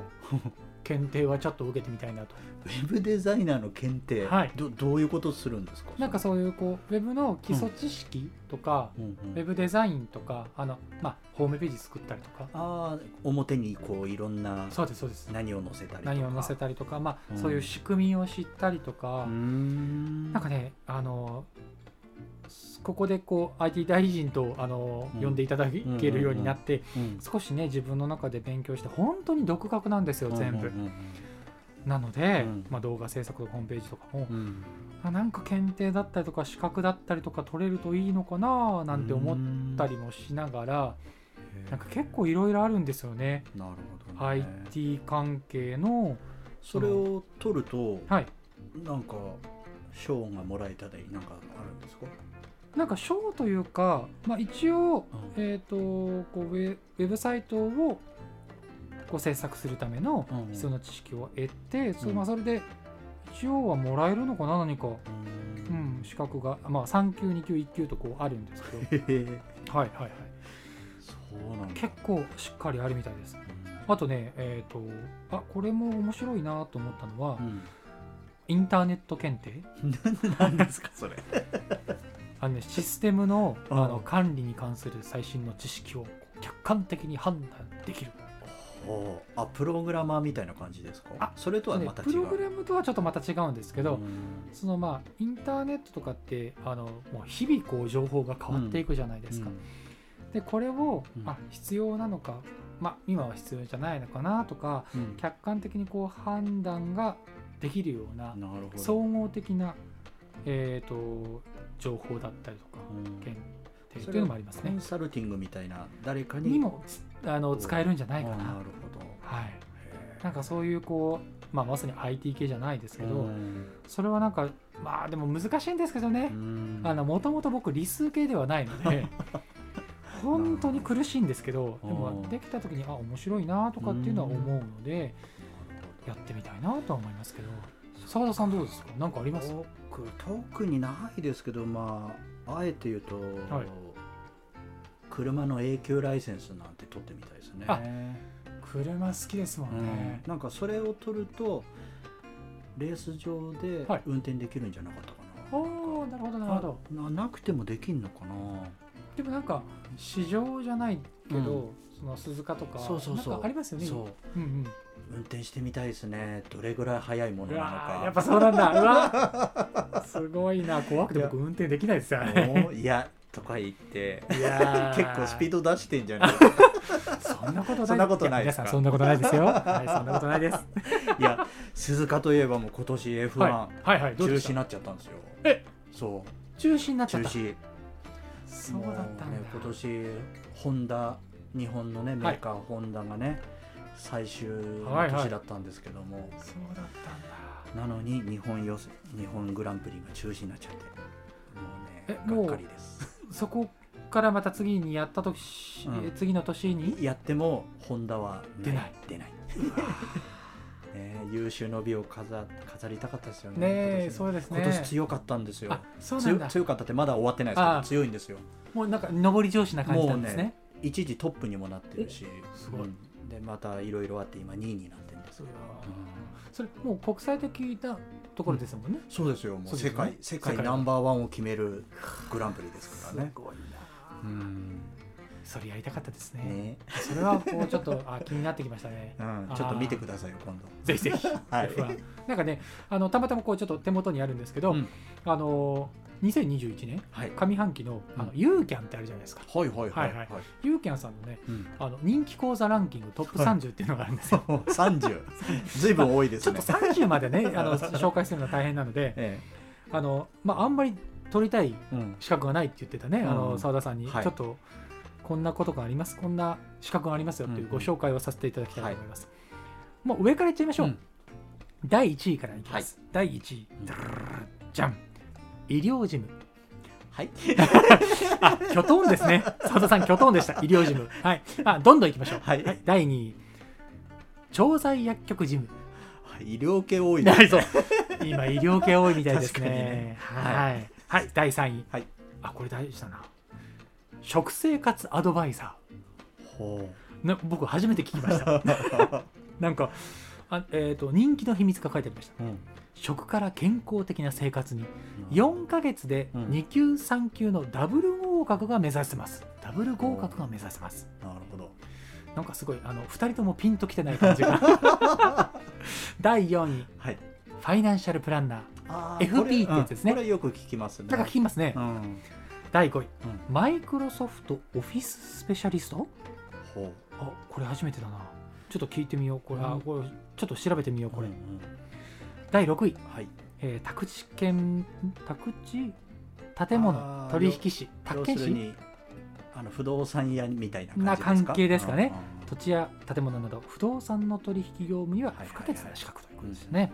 Speaker 2: 検定はちょっと受けてみたいなと
Speaker 1: ウェブデザイナーの検定、
Speaker 2: はい
Speaker 1: どどういうことするんですか
Speaker 2: なんかそういうこうウェブの基礎知識とか、
Speaker 1: うんうん
Speaker 2: ウェブデザインとかあの、まあ、ホームページ作ったりとか
Speaker 1: ああ表にこういろんな
Speaker 2: そうですそうです
Speaker 1: 何を載せたりとか
Speaker 2: 何を載せたりとか、まあ
Speaker 1: うん
Speaker 2: そういう仕組みを知ったりとか、
Speaker 1: うーん
Speaker 2: なんかねあのここでこう IT 大臣とあの、
Speaker 1: うん
Speaker 2: 呼んでいただけるようになって、
Speaker 1: うん
Speaker 2: 少しね自分の中で勉強して本当に独学なんですよ全部、
Speaker 1: うんうん
Speaker 2: なので、
Speaker 1: うん
Speaker 2: まあ、動画制作とかホームページとかも、
Speaker 1: うんうん
Speaker 2: あなんか検定だったりとか資格だったりとか取れるといいのかななんて思ったりもしながら、
Speaker 1: うん
Speaker 2: なんか結構いろいろあるんですよね、
Speaker 1: なるほど、ね、
Speaker 2: IT 関係の
Speaker 1: それを取ると
Speaker 2: はい
Speaker 1: なんか賞がもらえたりなんかあるんですか
Speaker 2: なんか賞というか、まあ、一応、
Speaker 1: うん
Speaker 2: えっ、とこうウェウェブサイトをこう制作するための
Speaker 1: うんうん
Speaker 2: 必要な知識を得て、それ
Speaker 1: うん
Speaker 2: まあ、それで一応はもらえるのかな何か、
Speaker 1: う
Speaker 2: うんん、資格が、まあ、3級2級1級とこうあるんです
Speaker 1: (laughs)
Speaker 2: けど
Speaker 1: へへ
Speaker 2: はいはいはい
Speaker 1: そうなんだ
Speaker 2: 結構しっかりあるみたいですあとねえっ、とあこれも面白いなと思ったのは、
Speaker 1: うん
Speaker 2: インターネット検定
Speaker 1: 何ですかそれ
Speaker 2: あのね、システムのあ
Speaker 1: うん
Speaker 2: の管理に関する最新の知識をこう客観的に判断できる
Speaker 1: おーあプログラマーみたいな感じですか
Speaker 2: あ
Speaker 1: それとはまた違う
Speaker 2: プログラムとはちょっとまた違うんですけど、
Speaker 1: うん
Speaker 2: そのまあインターネットとかってあのもう日々こう情報が変わっていくじゃないですか、でこれを、
Speaker 1: うん
Speaker 2: あ必要なのか、まあ、今は必要じゃないのかなとか
Speaker 1: うんうん
Speaker 2: 客観的にこう判断ができるような
Speaker 1: なるほど
Speaker 2: 総合的な、えー、と情報だったりとか
Speaker 1: うん
Speaker 2: 検定というのもあります
Speaker 1: コ
Speaker 2: ね
Speaker 1: ン。サルティングみたいな誰かに
Speaker 2: にもつあの使えるんじゃない
Speaker 1: あ
Speaker 2: か
Speaker 1: ーな
Speaker 2: な
Speaker 1: る。ほど
Speaker 2: はい、なんかそういうこう、まあ、まさに IT 系じゃないですけど、
Speaker 1: うん
Speaker 2: それはなんかまあでも難しいんですけどね
Speaker 1: うん
Speaker 2: もともと僕理数系ではないの
Speaker 1: (laughs)
Speaker 2: で本当に苦しいんですけどで
Speaker 1: う
Speaker 2: も
Speaker 1: ん
Speaker 2: できた時にあ面白いなとかっていうのは思うので
Speaker 1: なるほど
Speaker 2: やってみたいなとは思いますけど澤田さんどうですか何かあります
Speaker 1: 僕特にないですけどまああえて言うと、
Speaker 2: はい
Speaker 1: 車の永久ライセンスなんて取ってみたいですね
Speaker 2: あ車好きですも
Speaker 1: うん
Speaker 2: んね、
Speaker 1: なんかそれを取るとレース場で
Speaker 2: はい
Speaker 1: 運転できるんじゃなかったかな、
Speaker 2: おおなるほどなるほど
Speaker 1: なななくてもできんのかな
Speaker 2: でもなんか市場じゃないけど、
Speaker 1: う
Speaker 2: その鈴鹿とか
Speaker 1: そうそうそう
Speaker 2: なんかありますよね
Speaker 1: そう
Speaker 2: うんうん
Speaker 1: 運転してみたいですねどれぐらい速いもの
Speaker 2: う
Speaker 1: なの
Speaker 2: わ
Speaker 1: か
Speaker 2: ーやっぱそうなんだうわーすごいな怖くて僕運転できないですよね
Speaker 1: もういやとか言って
Speaker 2: いや (laughs)
Speaker 1: 結構スピード出してんじゃない
Speaker 2: ドそんなことない
Speaker 1: そんなことないで
Speaker 2: や皆
Speaker 1: す
Speaker 2: さ
Speaker 1: か
Speaker 2: んそんなことないですよはいそんなことないです
Speaker 1: いや鈴鹿といえばもう今年 F1、
Speaker 2: はいはいはいど
Speaker 1: 中
Speaker 2: うでし
Speaker 1: 止
Speaker 2: た
Speaker 1: になっちゃったんですよ
Speaker 2: え
Speaker 1: そう
Speaker 2: 中止になっち
Speaker 1: 中
Speaker 2: ゃった
Speaker 1: 止
Speaker 2: そうだったん
Speaker 1: も
Speaker 2: だ
Speaker 1: うね今年ホンダ日本のねメーカーホンダがね、最終の年だったんですけども、
Speaker 2: そうだったんだ
Speaker 1: なのに日本予選日本グランプリが中止になっちゃってもうね
Speaker 2: えもう
Speaker 1: がっかりです
Speaker 2: そこからまた次にやった時、
Speaker 1: うん
Speaker 2: 次の年に
Speaker 1: やってもホンダは
Speaker 2: 出ない
Speaker 1: 出ない (laughs) ね優秀の美を飾飾りたかったですよね
Speaker 2: ねえ
Speaker 1: 今
Speaker 2: そうです
Speaker 1: 年
Speaker 2: ね
Speaker 1: 今年強かったんですよ
Speaker 2: あそうなん
Speaker 1: 強
Speaker 2: だ
Speaker 1: 強かったってまだ終わってないですけ
Speaker 2: あ
Speaker 1: ど
Speaker 2: あ
Speaker 1: 強いんですよ
Speaker 2: もうなんか上り調子な感じなんですね
Speaker 1: 一時トップにもなってるし
Speaker 2: すごい
Speaker 1: うんでまたいろいろあって今2位になってるんです
Speaker 2: それはそれもう国際的なところですもんね、
Speaker 1: そうですよも
Speaker 2: そううで
Speaker 1: 世
Speaker 2: すね
Speaker 1: 界、世界ナンバーワンを決めるグランプリですからね
Speaker 2: すごいな
Speaker 1: うん
Speaker 2: それやりたかったですね
Speaker 1: ね、
Speaker 2: それはこうちょっとあ気になってきましたね
Speaker 1: うん、ちょっと見てくださいよ今度
Speaker 2: ぜひぜひ
Speaker 1: はい
Speaker 2: F1 なんかねあのたまたまこうちょっと手元にあるんですけど、
Speaker 1: うん
Speaker 2: あの2021年
Speaker 1: はい
Speaker 2: 上半期のあの、
Speaker 1: う
Speaker 2: ユーキャンってあるじゃないですか
Speaker 1: はいはいはい
Speaker 2: はい
Speaker 1: は
Speaker 2: はいいユーキャンさんのね
Speaker 1: うん
Speaker 2: あの人気講座ランキングトップ30っていうのがあるんですよ、
Speaker 1: 30ずいぶん多いです
Speaker 2: ちょっ
Speaker 1: ね
Speaker 2: と30までねあの紹介するのは大変なので
Speaker 1: え
Speaker 2: あの、まあ、あんまり取りたい
Speaker 1: えうん
Speaker 2: 資格がないって言ってたね、あ
Speaker 1: うん
Speaker 2: の澤田さんに、
Speaker 1: はい
Speaker 2: ちょっとこんなことがありますこんな資格がありますよっていうご紹介をさせていただきたいと思います、もう上からいっちゃいましょう、
Speaker 1: うん
Speaker 2: 第1位からいきます、第1位
Speaker 1: うん
Speaker 2: じゃん医療事務
Speaker 1: はい (laughs)
Speaker 2: あキョトンですね澤田さんキョトンでした医療事務はいあどんどんいきましょう、
Speaker 1: はい
Speaker 2: 第2位調剤薬局事務
Speaker 1: 医療系多いです
Speaker 2: (laughs) ないぞ今医療系多いみたいですね
Speaker 1: 確かにね
Speaker 2: はい、はい第3位、
Speaker 1: はい
Speaker 2: あこれ大事だな食生活アドバイザ
Speaker 1: ほ
Speaker 2: ーな僕初めて聞きま (laughs) したなんかあ、えー、と人気の秘密が書いてありました
Speaker 1: う、うん、
Speaker 2: 食から健康的な生活に4ヶ月で
Speaker 1: うん
Speaker 2: 2級3級のダブル合格が目指せますダブル合格が目指せます
Speaker 1: なるほど
Speaker 2: なんかすごいあの2人ともピンときてない感じが (laughs) 第4位
Speaker 1: はい
Speaker 2: ファイナンシャルプランナー
Speaker 1: あ
Speaker 2: FP ってやつですね
Speaker 1: これよく聞きますね
Speaker 2: だから聞きますね、
Speaker 1: うん
Speaker 2: 第5位、
Speaker 1: う
Speaker 2: マイクロソフトオフィススペシャリスト
Speaker 1: ほ
Speaker 2: あこれ初めてだなちょっと聞いてみようこれ,、あ
Speaker 1: うん
Speaker 2: これちょっと調べてみよう
Speaker 1: う
Speaker 2: これ、
Speaker 1: うんうん
Speaker 2: 第6位、
Speaker 1: はい
Speaker 2: えー宅地建宅地建
Speaker 1: あ
Speaker 2: 物
Speaker 1: ー
Speaker 2: 取引士宅
Speaker 1: 要
Speaker 2: 建
Speaker 1: する
Speaker 2: 士
Speaker 1: にあの不動産屋みたいな
Speaker 2: な
Speaker 1: 感じですか
Speaker 2: 関係ですかね
Speaker 1: うんうん
Speaker 2: 土地や建物など不動産の取引業務には
Speaker 1: はいはいはい
Speaker 2: 不可欠な資格ということですよね、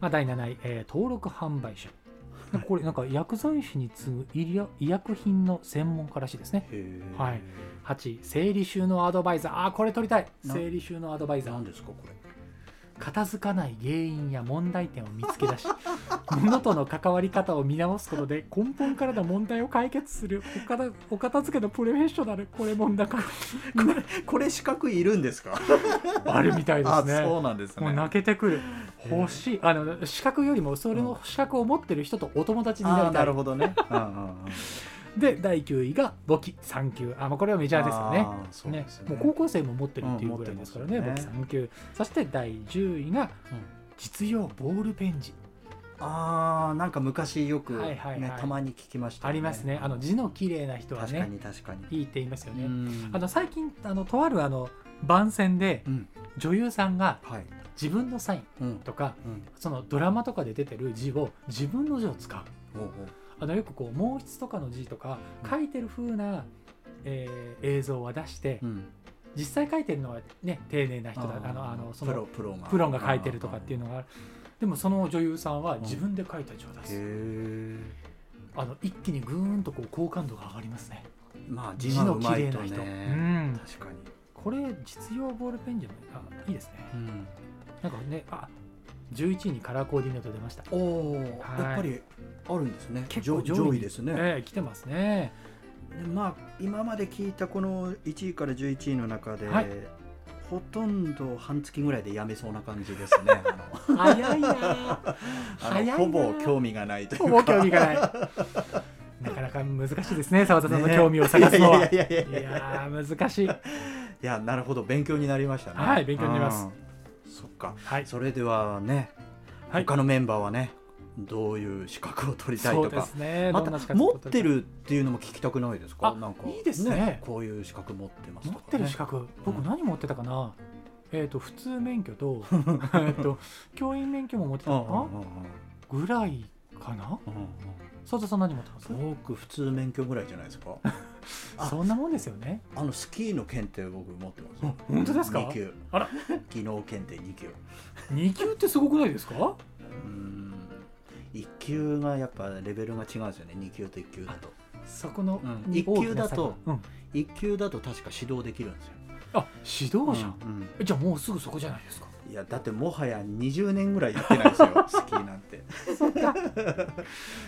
Speaker 2: まあ、第7位、えー登録販売者
Speaker 1: はい
Speaker 2: これなんか薬剤師に次ぐ医療医薬品の専門家らしいですね
Speaker 1: へえ
Speaker 2: はい8位生理収納アドバイザーあーこれ取りたい
Speaker 1: な
Speaker 2: 生理収納アドバイザー
Speaker 1: 何ですかこれ
Speaker 2: 片付かない原因や問題点を見つけ出し (laughs) 物との関わり方を見直すことで根本からの問題を解決するお片お片付けのプロフェッショナルこれもんだか
Speaker 1: これ資格いるんですか
Speaker 2: あるみたいで
Speaker 1: あ
Speaker 2: すね
Speaker 1: そうなんですね
Speaker 2: もう泣けてく
Speaker 1: へ
Speaker 2: る
Speaker 1: え
Speaker 2: 欲しいあの資格よりもそれの資格を持ってる人とお友達にな
Speaker 1: あー
Speaker 2: りた
Speaker 1: ないるほどねうんうんう
Speaker 2: (laughs)
Speaker 1: ん
Speaker 2: で第9位が簿記3級あ、まあ、これはメジャーですよね
Speaker 1: あーそう
Speaker 2: ね
Speaker 1: です
Speaker 2: もう
Speaker 1: ね
Speaker 2: 高校生も持ってるっていう
Speaker 1: うん
Speaker 2: ぐらいですからね,、
Speaker 1: 持ってますよね
Speaker 2: 簿記3級そして第10位が、
Speaker 1: うん
Speaker 2: 実用ボールペン字
Speaker 1: あーなんか昔よく、ね
Speaker 2: はいはいはい
Speaker 1: たまに聞きましたよ、
Speaker 2: ありますねあの字の綺麗な人は
Speaker 1: 確か
Speaker 2: ね
Speaker 1: に確かに
Speaker 2: いいって言いますよね、
Speaker 1: うん
Speaker 2: あの最近あのとあるあの番宣で
Speaker 1: うん
Speaker 2: 女優さんが
Speaker 1: はい
Speaker 2: 自分のサイン
Speaker 1: うん
Speaker 2: とか
Speaker 1: うん
Speaker 2: そのドラマとかで出てる字を自分の字を使う
Speaker 1: おう
Speaker 2: あのよくこう毛筆とかの字とか書いてる風な、えー映像は出して、
Speaker 1: おううん
Speaker 2: 実際書いてるのはね丁寧な人だ
Speaker 1: あ
Speaker 2: あ
Speaker 1: ー
Speaker 2: のあのそ
Speaker 1: プロ
Speaker 2: の
Speaker 1: プロが
Speaker 2: プロが書いてるとかっていうのがあるでもその女優さんは
Speaker 1: ん
Speaker 2: 自分で書いた字を出す、
Speaker 1: へ
Speaker 2: あの一気にぐーんとこう好感度が上がりますね
Speaker 1: えまあ
Speaker 2: 字
Speaker 1: 字の
Speaker 2: の
Speaker 1: う
Speaker 2: 綺
Speaker 1: まい
Speaker 2: 麗
Speaker 1: と
Speaker 2: な人、
Speaker 1: ね、
Speaker 2: うん、
Speaker 1: 確かに、
Speaker 2: これ実用ボールペンじゃないあいいですね
Speaker 1: うん、
Speaker 2: なんかねあ11位にカラーコーディネート出ました
Speaker 1: おお、
Speaker 2: はい
Speaker 1: やっぱりあるんですね
Speaker 2: 結構
Speaker 1: 上
Speaker 2: 上位
Speaker 1: 上
Speaker 2: に
Speaker 1: 位ですね、
Speaker 2: ええ来てますね
Speaker 1: でまあ今まで聞いたこの1位から11位の中で、
Speaker 2: はい
Speaker 1: ほとんど半月ぐらいでやめそうな感じです
Speaker 2: (laughs)
Speaker 1: ねあの
Speaker 2: 早いな
Speaker 1: あの
Speaker 2: 早いな
Speaker 1: ほぼ興味がないという
Speaker 2: ほ
Speaker 1: か
Speaker 2: ぼ興味
Speaker 1: (laughs)
Speaker 2: がない (laughs) なかなか難しいですね澤田さんの興味を探すのは、
Speaker 1: ねいやいやいやい
Speaker 2: い
Speaker 1: やいや
Speaker 2: やー難しい
Speaker 1: いやなるほど勉強になりましたね
Speaker 2: はい勉強になります
Speaker 1: うんそっか
Speaker 2: はい
Speaker 1: それではね、
Speaker 2: はい
Speaker 1: 他のメンバーはねどういう資格を取りたい
Speaker 2: そ
Speaker 1: と
Speaker 2: うで
Speaker 1: か
Speaker 2: すね
Speaker 1: ま
Speaker 2: どんな資
Speaker 1: た
Speaker 2: 格を
Speaker 1: 持っ
Speaker 2: 取りたい
Speaker 1: てるっていうのも聞きたくないですか
Speaker 2: あ
Speaker 1: なんか
Speaker 2: いいですね
Speaker 1: こういう資格持ってます
Speaker 2: 持
Speaker 1: とか、
Speaker 2: っ
Speaker 1: ね、
Speaker 2: てる資格僕
Speaker 1: うん
Speaker 2: 何持ってたかな、えっ、と普通免許 (laughs) とえっと教員免許も持ってた
Speaker 1: うんうん
Speaker 2: かなぐらいかな
Speaker 1: うんうんうん
Speaker 2: 佐藤さん何持ってます
Speaker 1: うん僕普通免許ぐらいじゃないですかあ
Speaker 2: そんなもんですよね
Speaker 1: あのスキーの検定僕持ってますよ
Speaker 2: あ本当ですか
Speaker 1: 2級
Speaker 2: あら
Speaker 1: 技能検定2級
Speaker 2: 2級ってすごくないですか
Speaker 1: うん1級がやっぱレベルが違うんですよね2級と1級だと
Speaker 2: そこの
Speaker 1: うん
Speaker 2: に
Speaker 1: 一級だ
Speaker 2: 大きな差が
Speaker 1: と
Speaker 2: うん
Speaker 1: 1級だと確か指導できるんですよ
Speaker 2: あ指導者、
Speaker 1: うん
Speaker 2: えじゃあもうすぐそこじゃないですか
Speaker 1: いやだってもはや20年ぐらいやってないです (laughs) よスキーなんて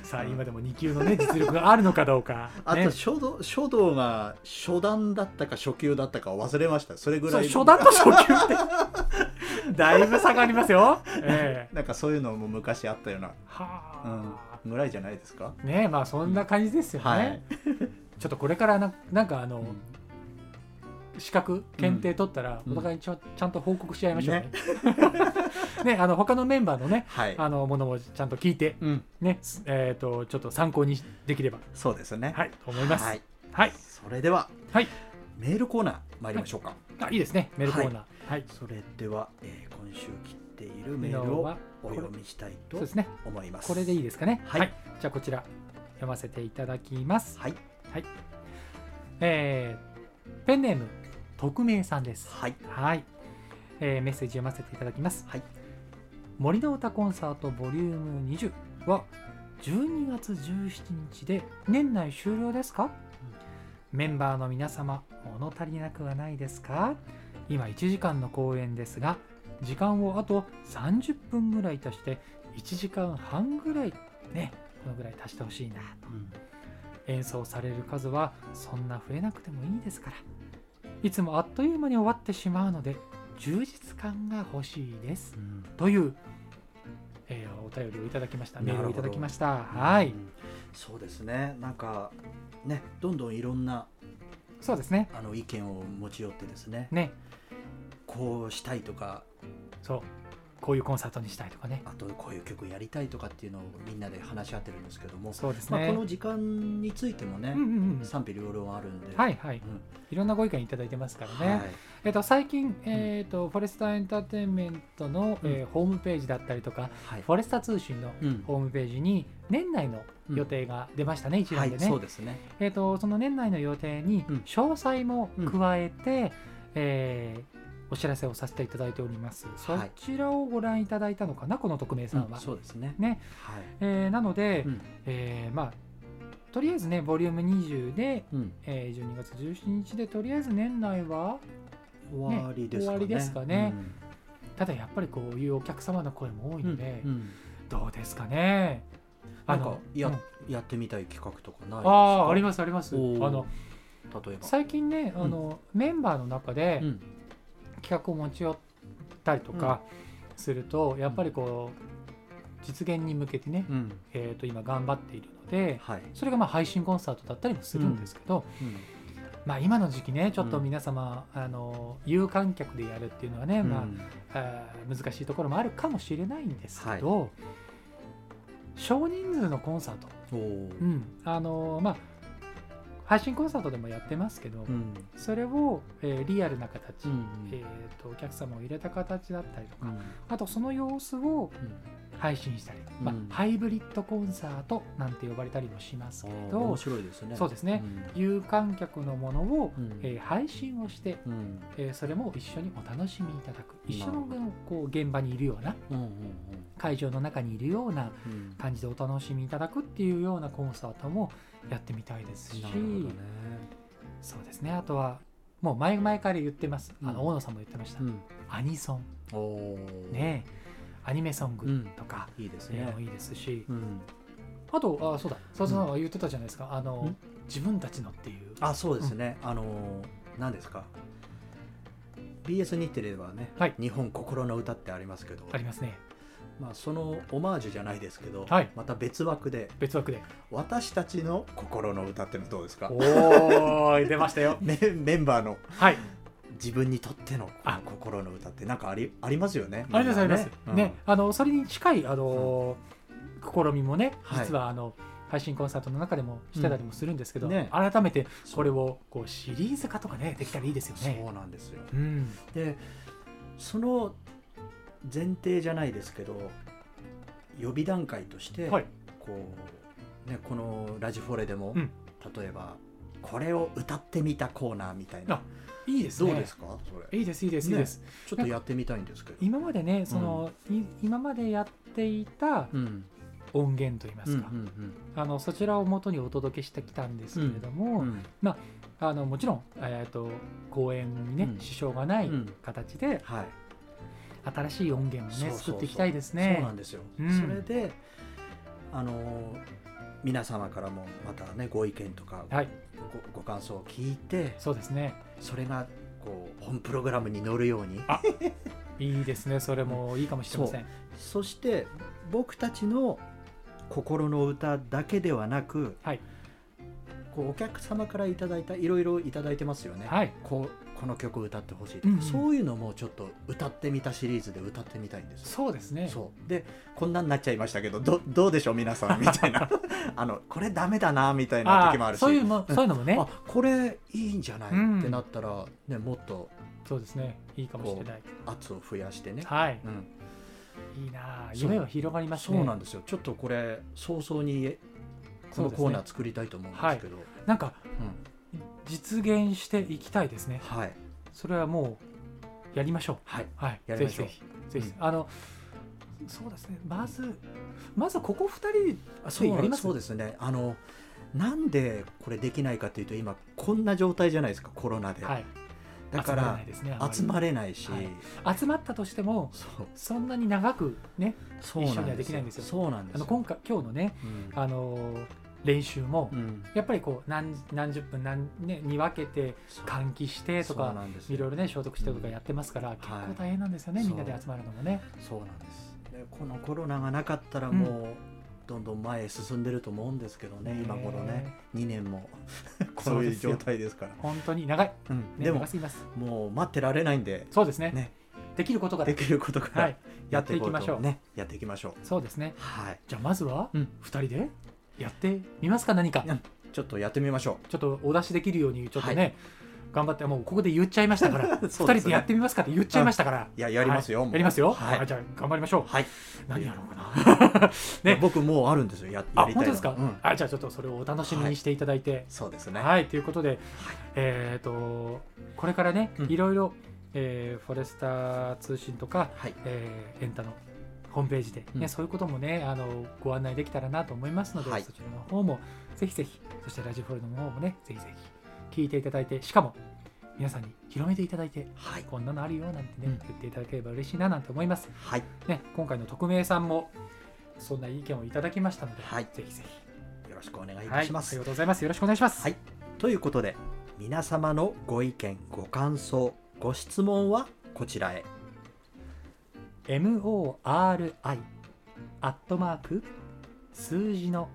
Speaker 2: さあ
Speaker 1: うん
Speaker 2: 今でも2級のね実力があるのかどう (laughs) か、
Speaker 1: あ
Speaker 2: ね
Speaker 1: と、書道書道が初段だったか初級だったかを忘れましたそれぐ
Speaker 2: そ
Speaker 1: ら
Speaker 2: う
Speaker 1: い
Speaker 2: 初段と初級って (laughs) だいぶ差がありますよ。ええ
Speaker 1: なんかそういうのも昔あったような、
Speaker 2: は
Speaker 1: う
Speaker 2: あ
Speaker 1: ん、ぐらいじゃないですか。
Speaker 2: ねえまあそんな感じですよね。
Speaker 1: はい。
Speaker 2: ちょっとこれからななんかあの、
Speaker 1: うん
Speaker 2: 資格検定取ったら
Speaker 1: うん
Speaker 2: お互いにちょちゃんと報告し合いましょうね。 (laughs) ねあの他のメンバーのね
Speaker 1: はい。
Speaker 2: あのものもちゃんと聞いて
Speaker 1: うん、
Speaker 2: ねすえっ、とちょっと参考にできれば
Speaker 1: そうですね。
Speaker 2: はいと思います。
Speaker 1: は
Speaker 2: はいい。
Speaker 1: それでは、
Speaker 2: はい
Speaker 1: メールコーナー参りましょうか。
Speaker 2: あいいですねメールコーナー。はい。
Speaker 1: それでは、えー今週切っているメールをお読みしたいと
Speaker 2: そうですね。
Speaker 1: 思います。
Speaker 2: これでいいですかね。
Speaker 1: はい
Speaker 2: じゃあこちら読ませていただきます。
Speaker 1: はい。
Speaker 2: えーペンネーム匿名さんです。
Speaker 1: はい。
Speaker 2: はい、えーメッセージ読ませていただきます、
Speaker 1: はい
Speaker 2: 森の歌コンサートボリューム20は12月17日で年内終了ですか、メンバーの皆様物足りなくはないですか今1時間の公演ですが時間をあと30分ぐらい足して1時間半ぐらいねこのぐらい足してほしいなと
Speaker 1: うん
Speaker 2: 演奏される数はそんな増えなくてもいいですからいつもあっという間に終わってしまうので充実感が欲しいです
Speaker 1: うん
Speaker 2: という、えーお便りをいただきましたメールをいただきましたは
Speaker 1: う
Speaker 2: い
Speaker 1: んそうですね。なんかね、どんどんいろんな
Speaker 2: そうですね
Speaker 1: あの意見を持ち寄ってですね。
Speaker 2: ね
Speaker 1: こうしたいとか、
Speaker 2: そうこういうコンサートにしたいとかね
Speaker 1: あとこういう曲やりたいとかっていうのをみんなで話し合ってるんですけども、
Speaker 2: そうです
Speaker 1: まあこ
Speaker 2: ね、
Speaker 1: の時間についてもね
Speaker 2: うん、うんうん
Speaker 1: 賛否両論あるんで。。
Speaker 2: はいいはい
Speaker 1: うん
Speaker 2: いろんなご意見いただいてますからね、
Speaker 1: はい。
Speaker 2: えっと最近、えっとフォレスターエンターテインメントの、えーホームページだったりとか
Speaker 1: はい
Speaker 2: フ。ォレスタ通信の
Speaker 1: うん
Speaker 2: ホームページに年内の予定が出ましたね、一
Speaker 1: は
Speaker 2: 覧で
Speaker 1: い、
Speaker 2: ね、
Speaker 1: そうですね。
Speaker 2: えー、とその年内の予定に
Speaker 1: うん
Speaker 2: 詳細も加えて、えーお知らせをさせていただいております、
Speaker 1: はい
Speaker 2: そちらをご覧いただいたのかなこの匿名さんは、
Speaker 1: そうですね。
Speaker 2: ね
Speaker 1: はい。
Speaker 2: えーなので、
Speaker 1: うん
Speaker 2: えーまあとりあえずねボリューム20で、
Speaker 1: うん。
Speaker 2: えー12月17日でとりあえず年内は
Speaker 1: 終わりですかね。
Speaker 2: 終わりですかねただやっぱりこういうお客様の声も多い
Speaker 1: うん。
Speaker 2: ので、
Speaker 1: うんうん
Speaker 2: どうですかね
Speaker 1: な
Speaker 2: あ
Speaker 1: ん
Speaker 2: の
Speaker 1: かや,、
Speaker 2: うん
Speaker 1: やってみたい企画とかないですか
Speaker 2: あーありますありますあ
Speaker 1: おー
Speaker 2: の
Speaker 1: 例えば。
Speaker 2: 最近ねあの、メンバーの中で、
Speaker 1: うん
Speaker 2: 企画を持ち寄ったりとかすると、やっぱりこう実現に向けてね、
Speaker 1: うん
Speaker 2: えー、と今頑張っているので
Speaker 1: はい。
Speaker 2: それがまあ配信コンサートだったりもするんですけど、
Speaker 1: うん
Speaker 2: まあ、今の時期ねちょっと
Speaker 1: うん
Speaker 2: 皆様、あの有観客でやるっていうのはね、まあ
Speaker 1: うん
Speaker 2: あー難しいところもあるかもしれないんですけど、少人数のコンサート、
Speaker 1: おお。
Speaker 2: うんあのまあ、配信コンサートでもやってますけど、
Speaker 1: うん
Speaker 2: それを、えーリアルな形、
Speaker 1: うん
Speaker 2: えー、とお客様を入れた形だったりとか、
Speaker 1: うん
Speaker 2: あとその様子を
Speaker 1: うん
Speaker 2: 配信したり、まあ
Speaker 1: うん
Speaker 2: ハイブリッドコンサートなんて呼ばれたりもしますけれ
Speaker 1: あー面
Speaker 2: ど
Speaker 1: 白いですね。
Speaker 2: そうですね有観客のものを、
Speaker 1: うん
Speaker 2: えー配信をして、
Speaker 1: うん。うん
Speaker 2: えーそれも一緒にお楽しみいただく一緒の
Speaker 1: な
Speaker 2: こう現場にいるような
Speaker 1: うんうん
Speaker 2: 会場の中にいるような
Speaker 1: うんうん
Speaker 2: 感じでお楽しみいただくっていうようなコンサートもやってみたいですし、
Speaker 1: なるほどね。
Speaker 2: そうですねあとはもう前々から言ってます、あ
Speaker 1: う
Speaker 2: の
Speaker 1: ん
Speaker 2: 大野さんも言ってました、
Speaker 1: うん。
Speaker 2: アニソン
Speaker 1: おお。。
Speaker 2: ねアニメソン
Speaker 1: う
Speaker 2: グ
Speaker 1: ん。
Speaker 2: とか、
Speaker 1: いいです
Speaker 2: えー
Speaker 1: ね
Speaker 2: も。いいですし、
Speaker 1: うん。
Speaker 2: あとあそうだ佐々さんは言ってたじゃないですか、あの
Speaker 1: ん
Speaker 2: 自分たちのっていう
Speaker 1: あ、そうですね。あのー何ですか。BS 日テレはね、
Speaker 2: はい
Speaker 1: 日本心の歌ってありますけど、
Speaker 2: ありますね
Speaker 1: まあ、そのオマージュじゃないですけど、
Speaker 2: はい
Speaker 1: また別枠で
Speaker 2: 別枠で
Speaker 1: 私たちの心の歌ってのどうですか
Speaker 2: おい出ましたよ
Speaker 1: メメンバーの
Speaker 2: (laughs) はい
Speaker 1: 自分にとっての
Speaker 2: あ
Speaker 1: 心の歌ってなんかありありますよね
Speaker 2: ありますあります、
Speaker 1: うん
Speaker 2: ねあのそれに近いあの、試みもね
Speaker 1: はい
Speaker 2: 実はあの、配信コンサートの中でもしてたりもするんですけど、
Speaker 1: うんね
Speaker 2: 改めてこれをこうシリーズ化とかねできたらいいですよね
Speaker 1: そうなんですよ
Speaker 2: うん
Speaker 1: でその前提じゃないですけど予備段階として、
Speaker 2: はい
Speaker 1: こうね、この「ラジフォレ」でも、
Speaker 2: うん
Speaker 1: 例えばこれを歌ってみたコーナーみたいな
Speaker 2: あいいです
Speaker 1: ど
Speaker 2: ね
Speaker 1: うですかそれ
Speaker 2: いいですいいですいい
Speaker 1: ね
Speaker 2: です、
Speaker 1: ちょっとやってみたいんですけど、
Speaker 2: 今までねその、い今までやっていた
Speaker 1: うん、
Speaker 2: 音源といいますか、
Speaker 1: うんうん
Speaker 2: あのそちらを元にお届けしてきたんですけれども、
Speaker 1: うんうん
Speaker 2: あのもちろん、えー、と公演にね、
Speaker 1: うん
Speaker 2: 支障がない
Speaker 1: うん
Speaker 2: 形で
Speaker 1: はい
Speaker 2: 新しい音源をね
Speaker 1: そうそうそう
Speaker 2: 作っていきたいです
Speaker 1: そう
Speaker 2: ね
Speaker 1: なん。ですよ、
Speaker 2: うん
Speaker 1: それであの皆様からもまたねご意見とか
Speaker 2: はい
Speaker 1: ごご感想を聞いて
Speaker 2: そうですね
Speaker 1: それがこう本プログラムに乗るように
Speaker 2: いいですねそれもいいかもしれません
Speaker 1: そして僕たちの心の歌だけではなく、
Speaker 2: はい
Speaker 1: こうお客様からいただいたいろいろいただいてますよね、
Speaker 2: はい
Speaker 1: こうこの曲歌ってほしいとか、
Speaker 2: うんうん
Speaker 1: そういうのもちょっと歌ってみたシリーズで歌ってみたいんです
Speaker 2: そうですね
Speaker 1: そうでこんなんなっちゃいましたけどどどうでしょう皆さんみたい
Speaker 2: (laughs)
Speaker 1: なあのこれダメだなみたいな
Speaker 2: あ
Speaker 1: 時もあ
Speaker 2: あ
Speaker 1: るし
Speaker 2: そういうもそういうのもね
Speaker 1: あこれいいんじゃない、
Speaker 2: うん
Speaker 1: ってなったら、ね、もっと
Speaker 2: そうですねいいかもしれない
Speaker 1: 圧を増やしてね、
Speaker 2: はい
Speaker 1: うん、
Speaker 2: いいなあ
Speaker 1: そう
Speaker 2: 夢が広がります
Speaker 1: そう
Speaker 2: ね
Speaker 1: なんですよちょっとこれ早々にこ
Speaker 2: そう
Speaker 1: の
Speaker 2: ですね
Speaker 1: コーナー作りたいと思うんですけど
Speaker 2: なんか
Speaker 1: うん
Speaker 2: 実現していきたいですね
Speaker 1: はい
Speaker 2: それはもうやりましょう
Speaker 1: はい
Speaker 2: はい
Speaker 1: やりましょう
Speaker 2: ぜひぜひぜひ
Speaker 1: う
Speaker 2: あのそうですねまずまずここ2人
Speaker 1: あそう
Speaker 2: や
Speaker 1: や
Speaker 2: り
Speaker 1: り
Speaker 2: ま
Speaker 1: ますすそうですねあのなんでこれできないかというと今こんな状態じゃないですかコロナで、
Speaker 2: はい
Speaker 1: だか
Speaker 2: 集まれな
Speaker 1: ら
Speaker 2: いですね
Speaker 1: 集まれないし、
Speaker 2: はい集まったとしても
Speaker 1: そう
Speaker 2: そんなに長くね
Speaker 1: そう
Speaker 2: 一緒に
Speaker 1: な
Speaker 2: は
Speaker 1: ん
Speaker 2: で
Speaker 1: で
Speaker 2: き
Speaker 1: す
Speaker 2: ないん
Speaker 1: よ
Speaker 2: ですよ
Speaker 1: そうなんで
Speaker 2: あ
Speaker 1: す
Speaker 2: の
Speaker 1: よ
Speaker 2: 今回今日のね
Speaker 1: うん
Speaker 2: あのー練習も
Speaker 1: うん
Speaker 2: やっぱりこう何何十分何、ね、に分けて
Speaker 1: そう
Speaker 2: 換気して
Speaker 1: そ
Speaker 2: と
Speaker 1: う
Speaker 2: か
Speaker 1: なんですよ
Speaker 2: いろいろね消毒してとかやってますから、結構大変なんですよね、
Speaker 1: はい
Speaker 2: みんなで集まるのもね。
Speaker 1: そうなんですでこのコロナがなかったらもう、どんどん前へ進んでると思うんですけどね、今頃ね、2年 (laughs) もこ
Speaker 2: そうう
Speaker 1: い
Speaker 2: で
Speaker 1: う
Speaker 2: すよ
Speaker 1: 状態ですから、
Speaker 2: 本当に長い、
Speaker 1: うん
Speaker 2: ね、
Speaker 1: で
Speaker 2: 長
Speaker 1: も
Speaker 2: すぎます。
Speaker 1: もう待ってられないんで、
Speaker 2: そうですね。
Speaker 1: ね
Speaker 2: できることが
Speaker 1: できることから、
Speaker 2: はいやっていきましょう。
Speaker 1: ね、やっていきましょう。
Speaker 2: そうですね。
Speaker 1: はい、
Speaker 2: じゃあまずは
Speaker 1: うん
Speaker 2: 二人でやってみますか何か。
Speaker 1: うんちょっとやってみましょ
Speaker 2: ちょっとお出しできるようにちょっとね、頑張ってもうここで言っちゃいまし
Speaker 1: (laughs)
Speaker 2: たから、
Speaker 1: う。
Speaker 2: 二人でやってみますかって言っちゃいましたから。
Speaker 1: いや、やりますよ。
Speaker 2: はい
Speaker 1: もう
Speaker 2: やりますよ。
Speaker 1: はい
Speaker 2: はいじゃあ頑張りましょう。
Speaker 1: はい。
Speaker 2: 何やろうかな。ね
Speaker 1: (laughs) ね、僕もうあるんですよ。や、やりた
Speaker 2: あ
Speaker 1: いの
Speaker 2: 本当ですか、
Speaker 1: うん
Speaker 2: あじゃあちょっとそれをお楽しみにしていただいて
Speaker 1: そうです
Speaker 2: は
Speaker 1: ね。
Speaker 2: い、ということで、えっ、とこれからね、
Speaker 1: うん
Speaker 2: いろいろ、えーフォレスター通信とか、
Speaker 1: はい。
Speaker 2: えーエンタのホームページで、ね
Speaker 1: うん
Speaker 2: そういうこともねあのご案内できたらなと思いますので、
Speaker 1: はい
Speaker 2: そちらの方もぜひぜひそしてラジオフォルダの方もねぜひぜひ聞いていただいてしかも皆さんに広めていただいて
Speaker 1: はい。
Speaker 2: こんなのあるよなんてね、
Speaker 1: うん
Speaker 2: 言っていただければ嬉しいななんて思います。
Speaker 1: はい。
Speaker 2: ね、今回の匿名さんもそんな意見をいただきましたので、
Speaker 1: はい
Speaker 2: ぜひぜひ
Speaker 1: よろしくお願いいたしま
Speaker 2: はい、あり
Speaker 1: す。
Speaker 2: がとうございますよろしくお願いします、
Speaker 1: はいということで、皆様のご意見、ご感想、ご質問はこちらへ。
Speaker 2: mori アットマーク数字の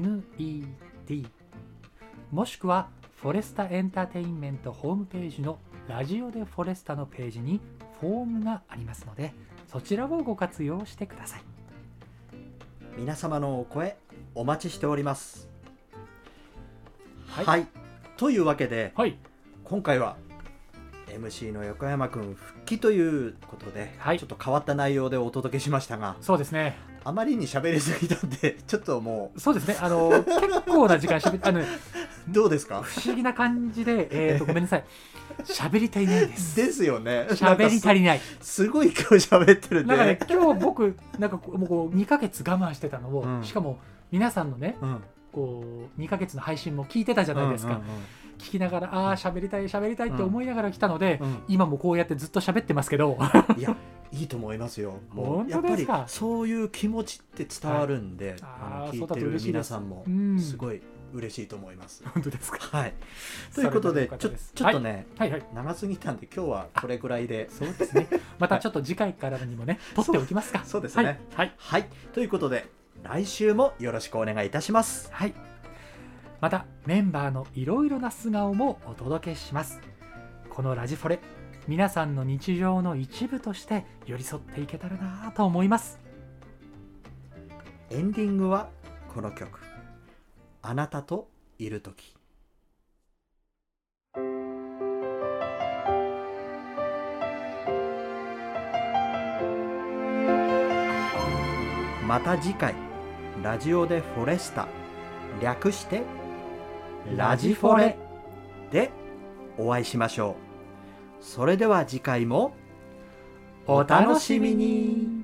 Speaker 2: 40sta.net もしくはフォレスタエンターテインメントホームページのラジオでフォレスタのページにフォームがありますのでそちらをご活用してください
Speaker 1: 皆様のお声、お待ちしております。
Speaker 2: はい
Speaker 1: はい。というわけで、
Speaker 2: はい
Speaker 1: 今回は MC の横山くん復帰ということで、
Speaker 2: はい
Speaker 1: ちょっと変わった内容でお届けしましたが
Speaker 2: そうですね
Speaker 1: あまりに喋りすぎたんで (laughs) ちょっとも
Speaker 2: そうですねあの結構な時間しゃべあの
Speaker 1: うどうです
Speaker 2: (laughs)
Speaker 1: か
Speaker 2: 不思議な感じで、えー、とごめんなさい喋り足りないです
Speaker 1: ですよね
Speaker 2: 喋り足
Speaker 1: り
Speaker 2: りない
Speaker 1: すごい今日喋ってるんで
Speaker 2: なんかね今日僕なんかこうもうこう2ヶ月我慢してたのを、
Speaker 1: うん
Speaker 2: しかも皆さんのね
Speaker 1: うん
Speaker 2: こう2ヶ月の配信も聞いてたじゃないですか、
Speaker 1: うん
Speaker 2: 聞きながらああ喋りたい喋りたいって思いながら来たので、
Speaker 1: うんうん
Speaker 2: 今もこうやってずっと喋ってますけ (laughs) ど
Speaker 1: いやいいと思いますよも
Speaker 2: 本
Speaker 1: う
Speaker 2: 当ですか
Speaker 1: やっぱりそういう気持ちって伝わるんで、
Speaker 2: あー
Speaker 1: あの聞いてる皆さんも
Speaker 2: うん
Speaker 1: すごい嬉しいと思います、
Speaker 2: 本当ですか
Speaker 1: はいということで
Speaker 2: それは良かっ
Speaker 1: ちょ
Speaker 2: たす
Speaker 1: ちょっとね、
Speaker 2: はい、はいはい
Speaker 1: 長すぎたんで今日はこれくらいで
Speaker 2: そうですねまたちょっと次回からにもね撮っておきますか
Speaker 1: そうですね
Speaker 2: はい、はい
Speaker 1: はい、ということで来週もよろしくお願いいたします。
Speaker 2: はい。またメンバーのいろいろな素顔もお届けします。このラジフォレ、皆さんの日常の一部として寄り添っていけたらなぁと思います。
Speaker 1: エンディングはこの曲。あなたといる時。また次回ラジオでフォレスタ略してラジフォレでお会いしましょうそれでは次回も
Speaker 2: お楽しみに